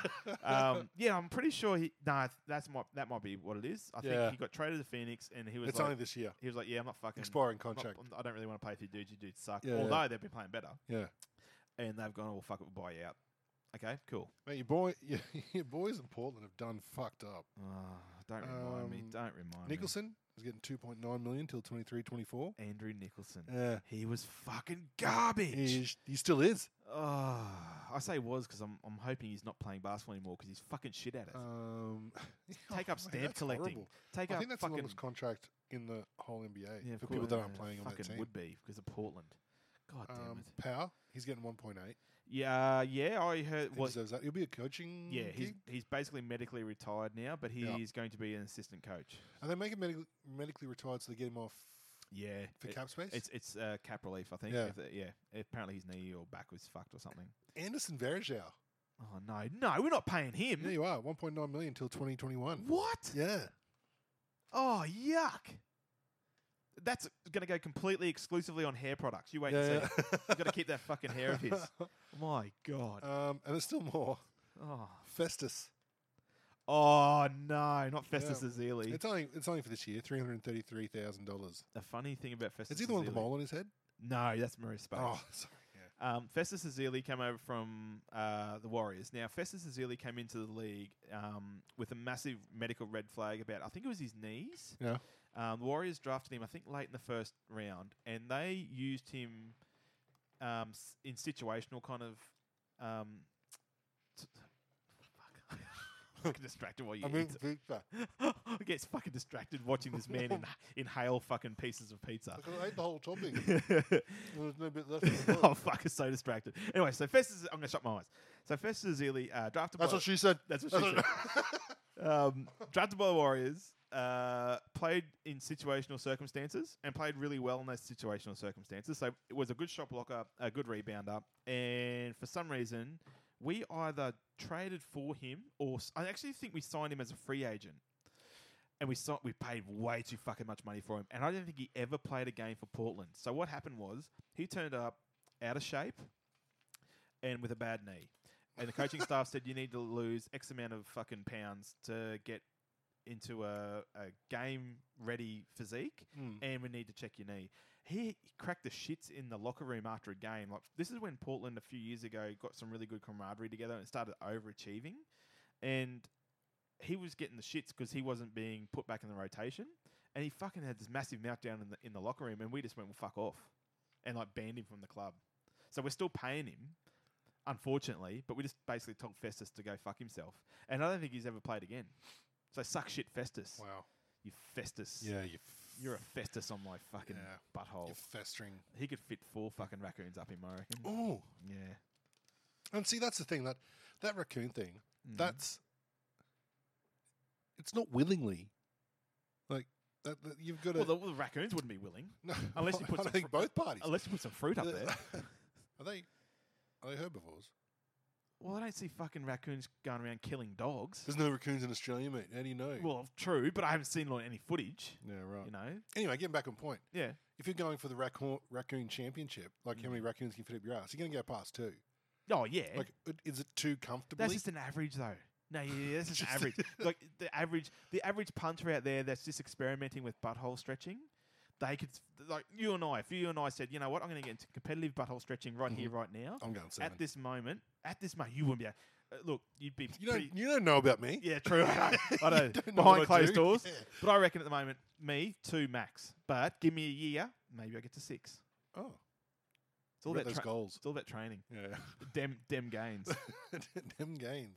S6: Um, yeah, I'm pretty sure he. Nah, that's might that might be what it is. I
S5: Yeah.
S6: think he got traded to Phoenix, and he was
S5: It's
S6: like,
S5: only this year.
S6: he was like, yeah, I'm not fucking
S5: Expiring
S6: I'm not-
S5: contract.
S6: I'm- I don't really want to play for you dudes. You dudes suck.
S5: Yeah, yeah.
S6: Although they've been playing better,
S5: Yeah.
S6: and they've gone, oh fuck it, we'll buy you out. Okay, cool.
S5: Mate, your, boy, your, boys in Portland have done fucked up.
S6: Oh, don't remind me.
S5: Um,
S6: Don't remind
S5: Nicholson is getting 2.9 million till 23, 24.
S6: me. Andrew Nicholson.
S5: Yeah.
S6: He was fucking garbage.
S5: He, he still is.
S6: Oh, I say was because I'm, I'm hoping he's not playing basketball anymore because he's fucking shit at it.
S5: Um,
S6: Take up
S5: mate,
S6: stamp
S5: that's
S6: collecting.
S5: horrible.
S6: Take
S5: I
S6: up
S5: think that's the
S6: fucking
S5: longest contract in the whole NBA
S6: Yeah, of
S5: for
S6: course.
S5: people that
S6: Yeah,
S5: aren't playing on that
S6: fucking
S5: team.
S6: would be because of Portland. God damn
S5: um,
S6: it.
S5: Power, he's getting 1.8.
S6: Yeah, yeah, I heard.
S5: He
S6: Well,
S5: deserves that. He'll be a coaching.
S6: yeah, he's
S5: gig.
S6: he's basically medically retired now, but he
S5: Yeah.
S6: is going to be an assistant coach.
S5: And they make him medically, medically retired, so they get him off
S6: Yeah,
S5: for
S6: it-
S5: cap space.
S6: It's it's uh, cap relief, I think.
S5: Yeah.
S6: If it- yeah. Apparently his knee or back was fucked or something.
S5: Anderson Varejao.
S6: Oh no, no, we're not paying him.
S5: Yeah, you are. 1.9 million till 2021.
S6: What?
S5: Yeah.
S6: Oh yuck. That's going to go completely exclusively on hair products. You wait and
S5: yeah.
S6: see. You've got to keep that fucking hair of his. My God.
S5: um, and there's still more.
S6: Oh,
S5: Festus.
S6: oh no, not Festus
S5: Yeah.
S6: Azili.
S5: It's only it's only for this year, three hundred thirty three thousand dollars.
S6: The funny thing about Festus
S5: Is he the one with the
S6: Azili-
S5: mole on his head?
S6: No, that's Maurice Sparks.
S5: Oh, sorry. Yeah.
S6: Um, Festus Azili came over from uh, the Warriors. Now, Festus Azili came into the league um, with a massive medical red flag about, I think it was his knees.
S5: Yeah.
S6: Um, the Warriors drafted him, I think, late in the first round, and they used him um, s- in situational kind of. Um, t- fuck. I'm distracted while you
S5: I mean,
S6: eat.
S5: pizza.
S6: I get fucking distracted watching this man in, inhale fucking pieces of pizza.
S5: I could've ate the whole topping. There was no bit left. in the
S6: oh
S5: bowl.
S6: fuck! I'm so distracted. Anyway, so Festus, I'm going to shut my eyes. So Festus Ezeli, uh drafted.
S5: That's
S6: by,
S5: what she said.
S6: That's what she said. um, drafted by the Warriors, uh, played in situational circumstances and played really well in those situational circumstances. So it was a good shot blocker, a good rebounder, and for some reason, we either traded for him or s- I actually think we signed him as a free agent. And we saw, we paid way too fucking much money for him, and I don't think he ever played a game for Portland. So what happened was he turned up out of shape, and with a bad knee. And the coaching staff said you need to lose X amount of fucking pounds to get into a, a game ready physique, and we need to check your knee. He cracked the shits in the locker room after a game. Like this is when Portland a few years ago got some really good camaraderie together and started overachieving, and he was getting the shits because he wasn't being put back in the rotation, and he fucking had this massive meltdown in the in the locker room, and we just went well fuck off, and like banned him from the club. So we're still paying him, unfortunately, but we just basically told Festus to go fuck himself. And I don't think he's ever played again. So suck shit, Festus.
S5: Wow.
S6: You Festus.
S5: Yeah, you.
S6: You're a Festus on my fucking
S5: Yeah.
S6: butthole.
S5: You're festering.
S6: he could fit four fucking raccoons up him, I reckon.
S5: Oh,
S6: Yeah.
S5: and see, that's the thing that that raccoon thing.
S6: Mm-hmm.
S5: That's. It's not willingly. Like that, that you've got to.
S6: Well, the, well, the raccoons wouldn't be willing.
S5: no,
S6: unless you put
S5: I don't
S6: some
S5: think
S6: fr-
S5: both parties.
S6: Unless you put some fruit up there.
S5: are they? Are they herbivores?
S6: Well, I don't see fucking raccoons going around killing dogs.
S5: There's no raccoons in Australia, mate. How do you know?
S6: Well, true, but I haven't seen like, any footage.
S5: yeah, right.
S6: You know?
S5: Anyway, getting back on point.
S6: Yeah.
S5: If you're going for the raccoon raccoon championship, like how many
S6: Mm-hmm.
S5: raccoons can fit up your ass? You're going to go past two.
S6: Oh, yeah.
S5: Like, it- is it too comfortably?
S6: That's just an average, though. No, yeah, yeah that's just an
S5: Just-
S6: average. Like the average, the average punter out there that's just experimenting with butthole stretching, they could like you and I. If you and I said, you know what, I'm going to get into competitive butthole stretching right here, right now.
S5: Mm-hmm. I'm going seven.
S6: At this moment, at this moment, you wouldn't be. Able, uh, look, you'd be.
S5: you don't.
S6: pretty-
S5: You don't know about me.
S6: yeah, true. I know. I know.
S5: don't know what I
S6: Behind closed
S5: do.
S6: doors,
S5: Yeah.
S6: but I reckon at the moment, me two max. But give me a year, maybe I get to six.
S5: Oh,
S6: It's
S5: What
S6: all about
S5: about those
S6: tra-
S5: goals?
S6: It's all about training.
S5: yeah.
S6: Dem dem gains.
S5: Them gains.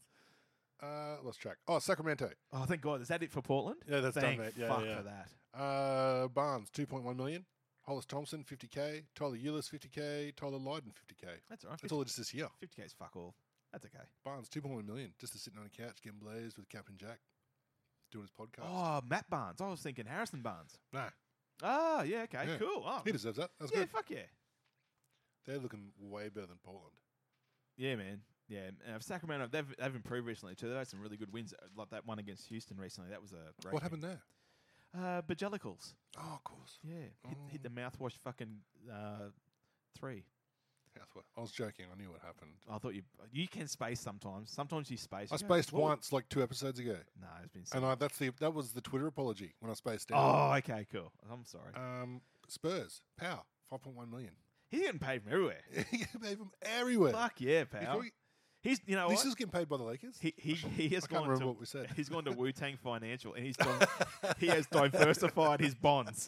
S5: Uh, lost track. Oh, Sacramento.
S6: oh, thank God. Is that it for Portland?
S5: Yeah, that's done,
S6: thank
S5: mate. Yeah,
S6: fuck
S5: yeah.
S6: for that.
S5: Uh, Barnes, 2.1 million. Hollis Thompson, 50K. Tyler Eulis, 50K. Tyler Lydon, 50K.
S6: That's all right.
S5: That's all just this year.
S6: 50 k's fuck all. That's okay.
S5: Barnes, 2.1 million, just to sitting on a couch, getting blazed with Captain Jack, doing his podcast.
S6: Oh, Matt Barnes. I was thinking Harrison Barnes.
S5: Nah,
S6: Ah, yeah, okay,
S5: Yeah.
S6: cool. Oh,
S5: he deserves that. That's
S6: yeah,
S5: good.
S6: fuck yeah.
S5: They're looking way better than Portland.
S6: Yeah, man. Yeah, and uh, Sacramento, they've, they've improved recently too. They've had some really good wins, uh, like that one against Houston recently. That was a great
S5: What happened there?
S6: there? Uh, Bajelicals.
S5: Oh, of course.
S6: Yeah. Hit, hit
S5: Oh.
S6: the mouthwash fucking uh, three.
S5: That's what- I was joking. I knew what happened.
S6: I thought you you can space sometimes. Sometimes you space.
S5: I
S6: You go,
S5: spaced
S6: "Whoa."
S5: once, like two episodes ago,
S6: No, it's been.
S5: and I, that's the that was the Twitter apology when I spaced out.
S6: oh, okay, cool. I'm sorry.
S5: Um, Spurs, Power, 5.1 million.
S6: He's getting paid from everywhere.
S5: he gave him everywhere.
S6: Fuck yeah,
S5: Before
S6: pal.
S5: we-
S6: He's you know
S5: this
S6: what?
S5: is getting paid by the Lakers.
S6: He he, he has
S5: I can't
S6: gone
S5: remember
S6: to
S5: what we said.
S6: he's gone to Wu Tang Financial and he's done, he has diversified his bonds.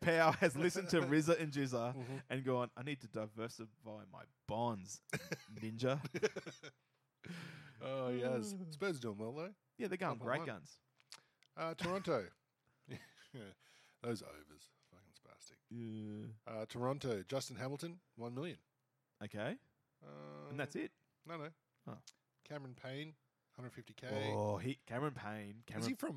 S6: Pow has listened to RZA and Jizza
S5: Mm-hmm.
S6: and gone. I need to diversify my bonds, ninja.
S5: oh yes, Spurs are doing well though.
S6: yeah, they're going
S5: Number
S6: great
S5: one.
S6: guns.
S5: Uh, Toronto. Those overs. Fucking spastic.
S6: Yeah.
S5: Uh, Toronto, Justin Hamilton, 1 million.
S6: Okay,
S5: Um,
S6: and that's it.
S5: No, no.
S6: Oh.
S5: Cameron Payne, 150K.
S6: Oh, he Cameron Payne.
S5: Is
S6: Cameron,
S5: he from.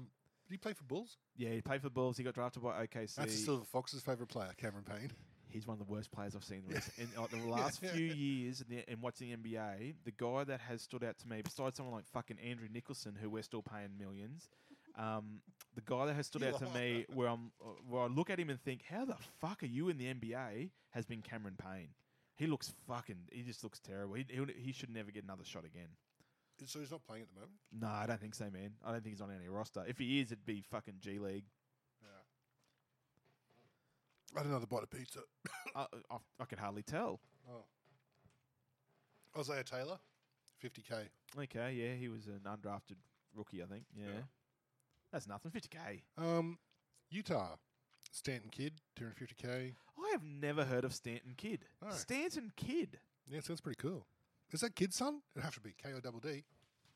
S5: Did he play for Bulls?
S6: yeah, he played for the Bulls. He got drafted by OKC.
S5: That's the Silver Fox's favourite player, Cameron Payne.
S6: he's one of the worst players I've seen recent- in like, the last few years in, the, in watching the NBA. The guy that has stood out to me, besides someone like fucking Andrew Nicholson, who we're still paying millions, um, the guy that has stood out to me, where I'm, uh, where I look at him and think, how the fuck are you in the NBA? Has been Cameron Payne. He looks fucking. He just looks terrible. He, he, he should never get another shot again.
S5: So he's not playing at the moment?
S6: No, I don't think so, man. I don't think he's on any roster. If he is, it'd be fucking G League.
S5: I had another bite of pizza.
S6: I, I, I could hardly tell.
S5: Isaiah Taylor, 50K.
S6: Okay, yeah, he was an undrafted rookie, I think. Yeah. That's nothing. 50k.
S5: Um, Utah, Stanton Kidd, 250K.
S6: I have never heard of Stanton Kidd.
S5: No.
S6: Stanton Kidd.
S5: Yeah, sounds pretty cool. Is that kid son? It'd have to be K O double D.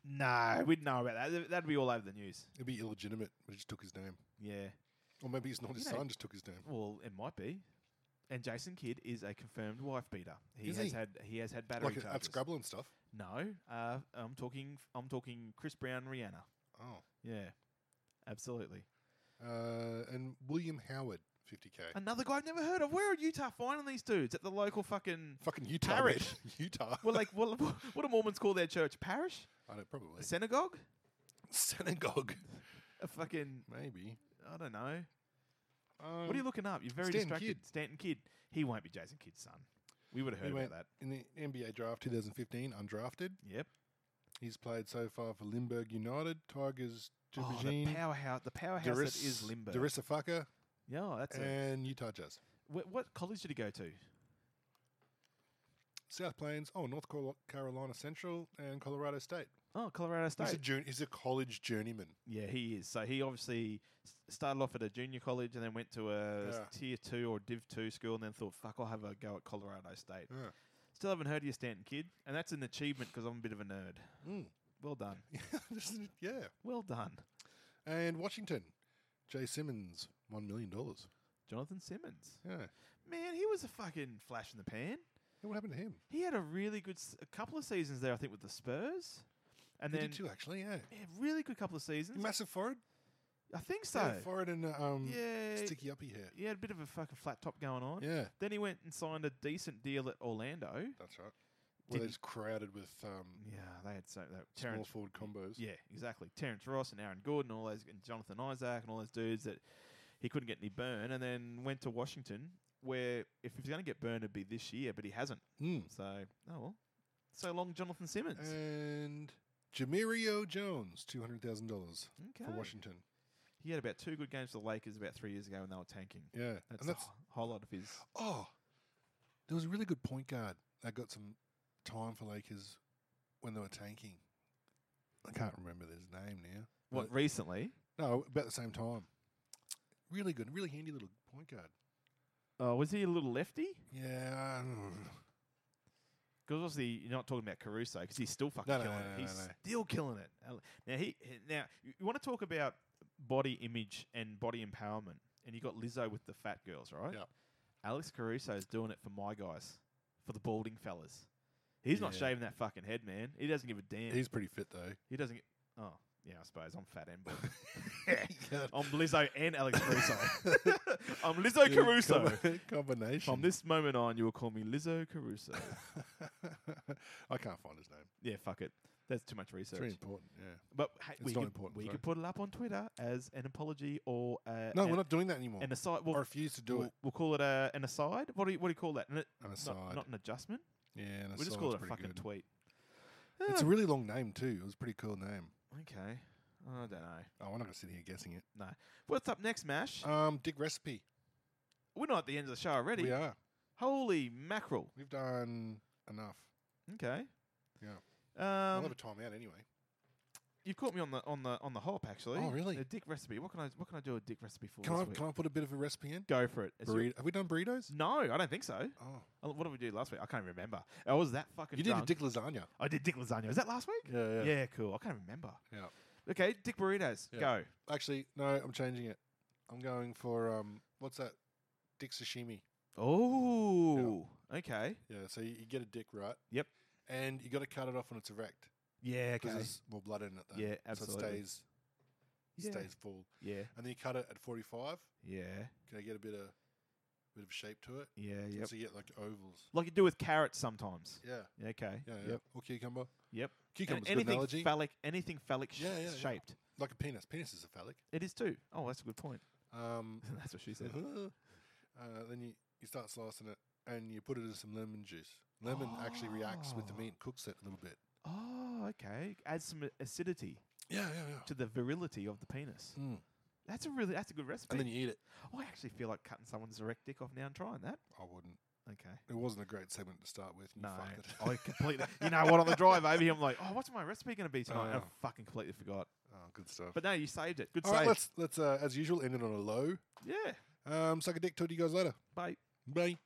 S6: No, we'd know about that. That'd be all over the news.
S5: It'd be illegitimate, but he just took his name.
S6: Yeah.
S5: Or maybe it's not his
S6: You know-
S5: son, just took his name.
S6: Well, it might be. And Jason Kidd is a confirmed wife beater. He
S5: Is
S6: has
S5: he?
S6: had he has had battery
S5: Like at- at
S6: charges.
S5: Scrabble and stuff.
S6: No, uh, I'm talking I'm talking Chris Brown, Rihanna.
S5: Oh.
S6: Yeah, absolutely.
S5: Uh, and William Howard, 50K.
S6: Another guy I've never heard of. Where are Utah finding these dudes at the local fucking?
S5: Fucking Utah. mate.
S6: Parish.
S5: Utah.
S6: Well, like what, what do Mormons call their church? Parish,
S5: I don't probably.
S6: a synagogue,
S5: Synagogue.
S6: a fucking
S5: Maybe.
S6: I don't know.
S5: Um,
S6: What are you looking up? You're very
S5: Stanton
S6: distracted.
S5: Kidd.
S6: Stanton Kidd. He won't be Jason Kidd's son. We would have heard
S5: He
S6: about
S5: went
S6: that.
S5: in the NBA draft 2015, undrafted.
S6: Yep.
S5: He's played so far for Limburg United, Tigers,
S6: Oh, the
S5: Jubajin,
S6: powerhouse. The powerhouse that is Limburg.
S5: Darissa Fucker,
S6: Yeah, oh, that's it.
S5: and Utah Jazz.
S6: What, what college did he go to?
S5: South Plains, oh, North Col- Carolina Central, and Colorado State.
S6: Oh, Colorado State.
S5: He's a, jour- he's a college journeyman.
S6: yeah, he is. So he obviously s- started off at a junior college and then went to a s-
S5: Yeah.
S6: tier two or div two school and then thought, "Fuck, I'll have a go at Colorado State."
S5: Yeah.
S6: Still haven't heard of you, Stanton kid, and that's an achievement because I'm a bit of a nerd.
S5: Mm.
S6: Well done.
S5: This is- yeah.
S6: Well done,
S5: And Washington, Jay Simmons, $1 million.
S6: Jonathan Simmons.
S5: Yeah.
S6: Man, he was a fucking flash in the pan.
S5: Yeah, What happened to him?
S6: He had a really good s- a couple of seasons there, I think, with the Spurs, and
S5: He
S6: then
S5: did too, actually, yeah.
S6: yeah, really good couple of seasons.
S5: Massive forehead?
S6: I think so.
S5: Yeah, forehead and uh, um,
S6: Yeah.
S5: sticky uppy hair.
S6: he had a bit of a fucking flat top going on.
S5: Yeah,
S6: Then he went and signed a decent deal at Orlando.
S5: that's right. Well,
S6: Did-
S5: it's crowded with um,
S6: Yeah, they had so that
S5: small
S6: Terrence.
S5: forward combos.
S6: Yeah, exactly. Terrence Ross and Aaron Gordon, all those, and Jonathan Isaac, and all those dudes that he couldn't get any burn, and then went to Washington, where if he was going to get burned, it'd be this year, but he hasn't.
S5: Mm.
S6: So, oh well. So long, Jonathan Simmons.
S5: Uh, And Jamirio Jones, two hundred thousand dollars for
S6: Okay.
S5: Washington.
S6: He had about two good games for the Lakers about three years ago when they were tanking.
S5: Yeah,
S6: That's,
S5: and that's
S6: a whole lot of his.
S5: oh, there was a really good point guard that got some time for Lakers when they were tanking. I can't remember his name now.
S6: What
S5: But-
S6: recently?
S5: No, about the same time. Really good, really handy little point guard. uh,
S6: Oh, was he a little lefty?
S5: Yeah, I don't know.
S6: Because obviously you're not talking about Caruso because he's still fucking
S5: No, no,
S6: killing
S5: no,
S6: it.
S5: no,
S6: he's
S5: no, no.
S6: still killing it. Al- Now he he- now you- you want to talk about body image and body empowerment, and you got Lizzo with the fat girls, right?
S5: Yeah.
S6: Alex Caruso is doing it for my guys, for the balding fellas. He's not
S5: Yeah.
S6: shaving that fucking head, man. He doesn't give a damn.
S5: he's pretty fit though.
S6: he doesn't. Get, oh yeah, I suppose I'm fat and bald.
S5: God.
S6: I'm Lizzo and Alex Caruso. I'm Lizzo Caruso.
S5: Combi- combination.
S6: From this moment on, you will call me Lizzo Caruso.
S5: I can't find his name.
S6: yeah, fuck it. That's too much
S5: It's
S6: research.
S5: very important. Yeah.
S6: But hey,
S5: It's
S6: we,
S5: not
S6: could,
S5: important,
S6: we
S5: sorry.
S6: could put it up on Twitter as an apology or uh,
S5: No,
S6: an,
S5: we're not doing that anymore.
S6: an
S5: I
S6: aside. We'll,
S5: refuse to do
S6: we'll,
S5: it.
S6: we'll call it a, an aside. What do you what do you call that? An,
S5: An
S6: Not,
S5: aside.
S6: not an adjustment.
S5: Yeah, and
S6: we just
S5: side's
S6: call it a
S5: pretty
S6: fucking
S5: good.
S6: tweet.
S5: It's a really long name too. It was a pretty cool name.
S6: Ah, Okay. I don't know.
S5: Oh, I'm not gonna sit here guessing it.
S6: No. What's up next, Mash?
S5: Um, Dick recipe.
S6: We're not at the end of the show already.
S5: We are.
S6: Holy mackerel.
S5: We've done enough.
S6: Okay.
S5: Yeah. I'll
S6: Um,
S5: have a time out anyway.
S6: you've caught me on the on the on the hop actually.
S5: Oh, really?
S6: A dick recipe. What can I what can I do a dick recipe for?
S5: Can
S6: this
S5: I
S6: week?
S5: can I put a bit of a recipe in?
S6: Go for it. It's your-
S5: Burrito. Have we done burritos?
S6: no, I don't think so.
S5: Oh,
S6: Uh, What did we do last week? I can't remember. I was that fucking.
S5: you did a
S6: drunk.
S5: dick lasagna.
S6: I did dick lasagna. Was that last week?
S5: Yeah, yeah.
S6: cool. I can't remember.
S5: Yeah.
S6: Okay, dick burritos.
S5: Yeah.
S6: Go.
S5: Actually, no, I'm changing it. I'm going for um, what's that? Dick sashimi.
S6: Oh, okay.
S5: Yeah. So you, you get a dick, right?
S6: Yep.
S5: And you got to cut it off when it's erect.
S6: Yeah,
S5: because there's more blood in it. Though.
S6: Yeah,
S5: So
S6: absolutely.
S5: it stays
S6: Yeah.
S5: stays full,
S6: Yeah,
S5: and then you cut it at 45.
S6: yeah,
S5: Can I get a bit of bit of shape to it?
S6: yeah, yep.
S5: So you get like ovals.
S6: Like you do with carrots sometimes.
S5: Yeah,
S6: Okay.
S5: yeah, yeah. Or cucumber.
S6: Yep. And
S5: Cucumber's a good
S6: anything
S5: analogy.
S6: phallic, anything phallic sh-
S5: Yeah, yeah, yeah.
S6: shaped.
S5: like a penis. Penis is a phallic.
S6: It is too. Oh, that's a good point.
S5: Um,
S6: that's what she said.
S5: uh, then you you start slicing it, and you put it in some lemon juice. Lemon actually reacts
S6: Ah.
S5: with the meat, and cooks it a little bit.
S6: Oh, okay. Add some acidity
S5: Yeah, yeah, yeah.
S6: to the virility of the penis.
S5: Mm.
S6: That's a really that's a good recipe.
S5: And then you eat it.
S6: oh, I actually feel like cutting someone's erect dick off now and trying that.
S5: I wouldn't.
S6: Okay.
S5: It wasn't a great segment to start with. and
S6: No,
S5: You fucked it.
S6: I completely. You know what? On the drive over, here, I'm like, oh, what's my recipe going to be tonight? And I
S5: Oh.
S6: fucking completely forgot.
S5: oh, good stuff.
S6: But no, you saved it. Good
S5: All
S6: save.
S5: right, let's let's uh, as usual end it on a low.
S6: yeah.
S5: Um, suck a dick. Talk to you guys later.
S6: Bye.
S5: Bye.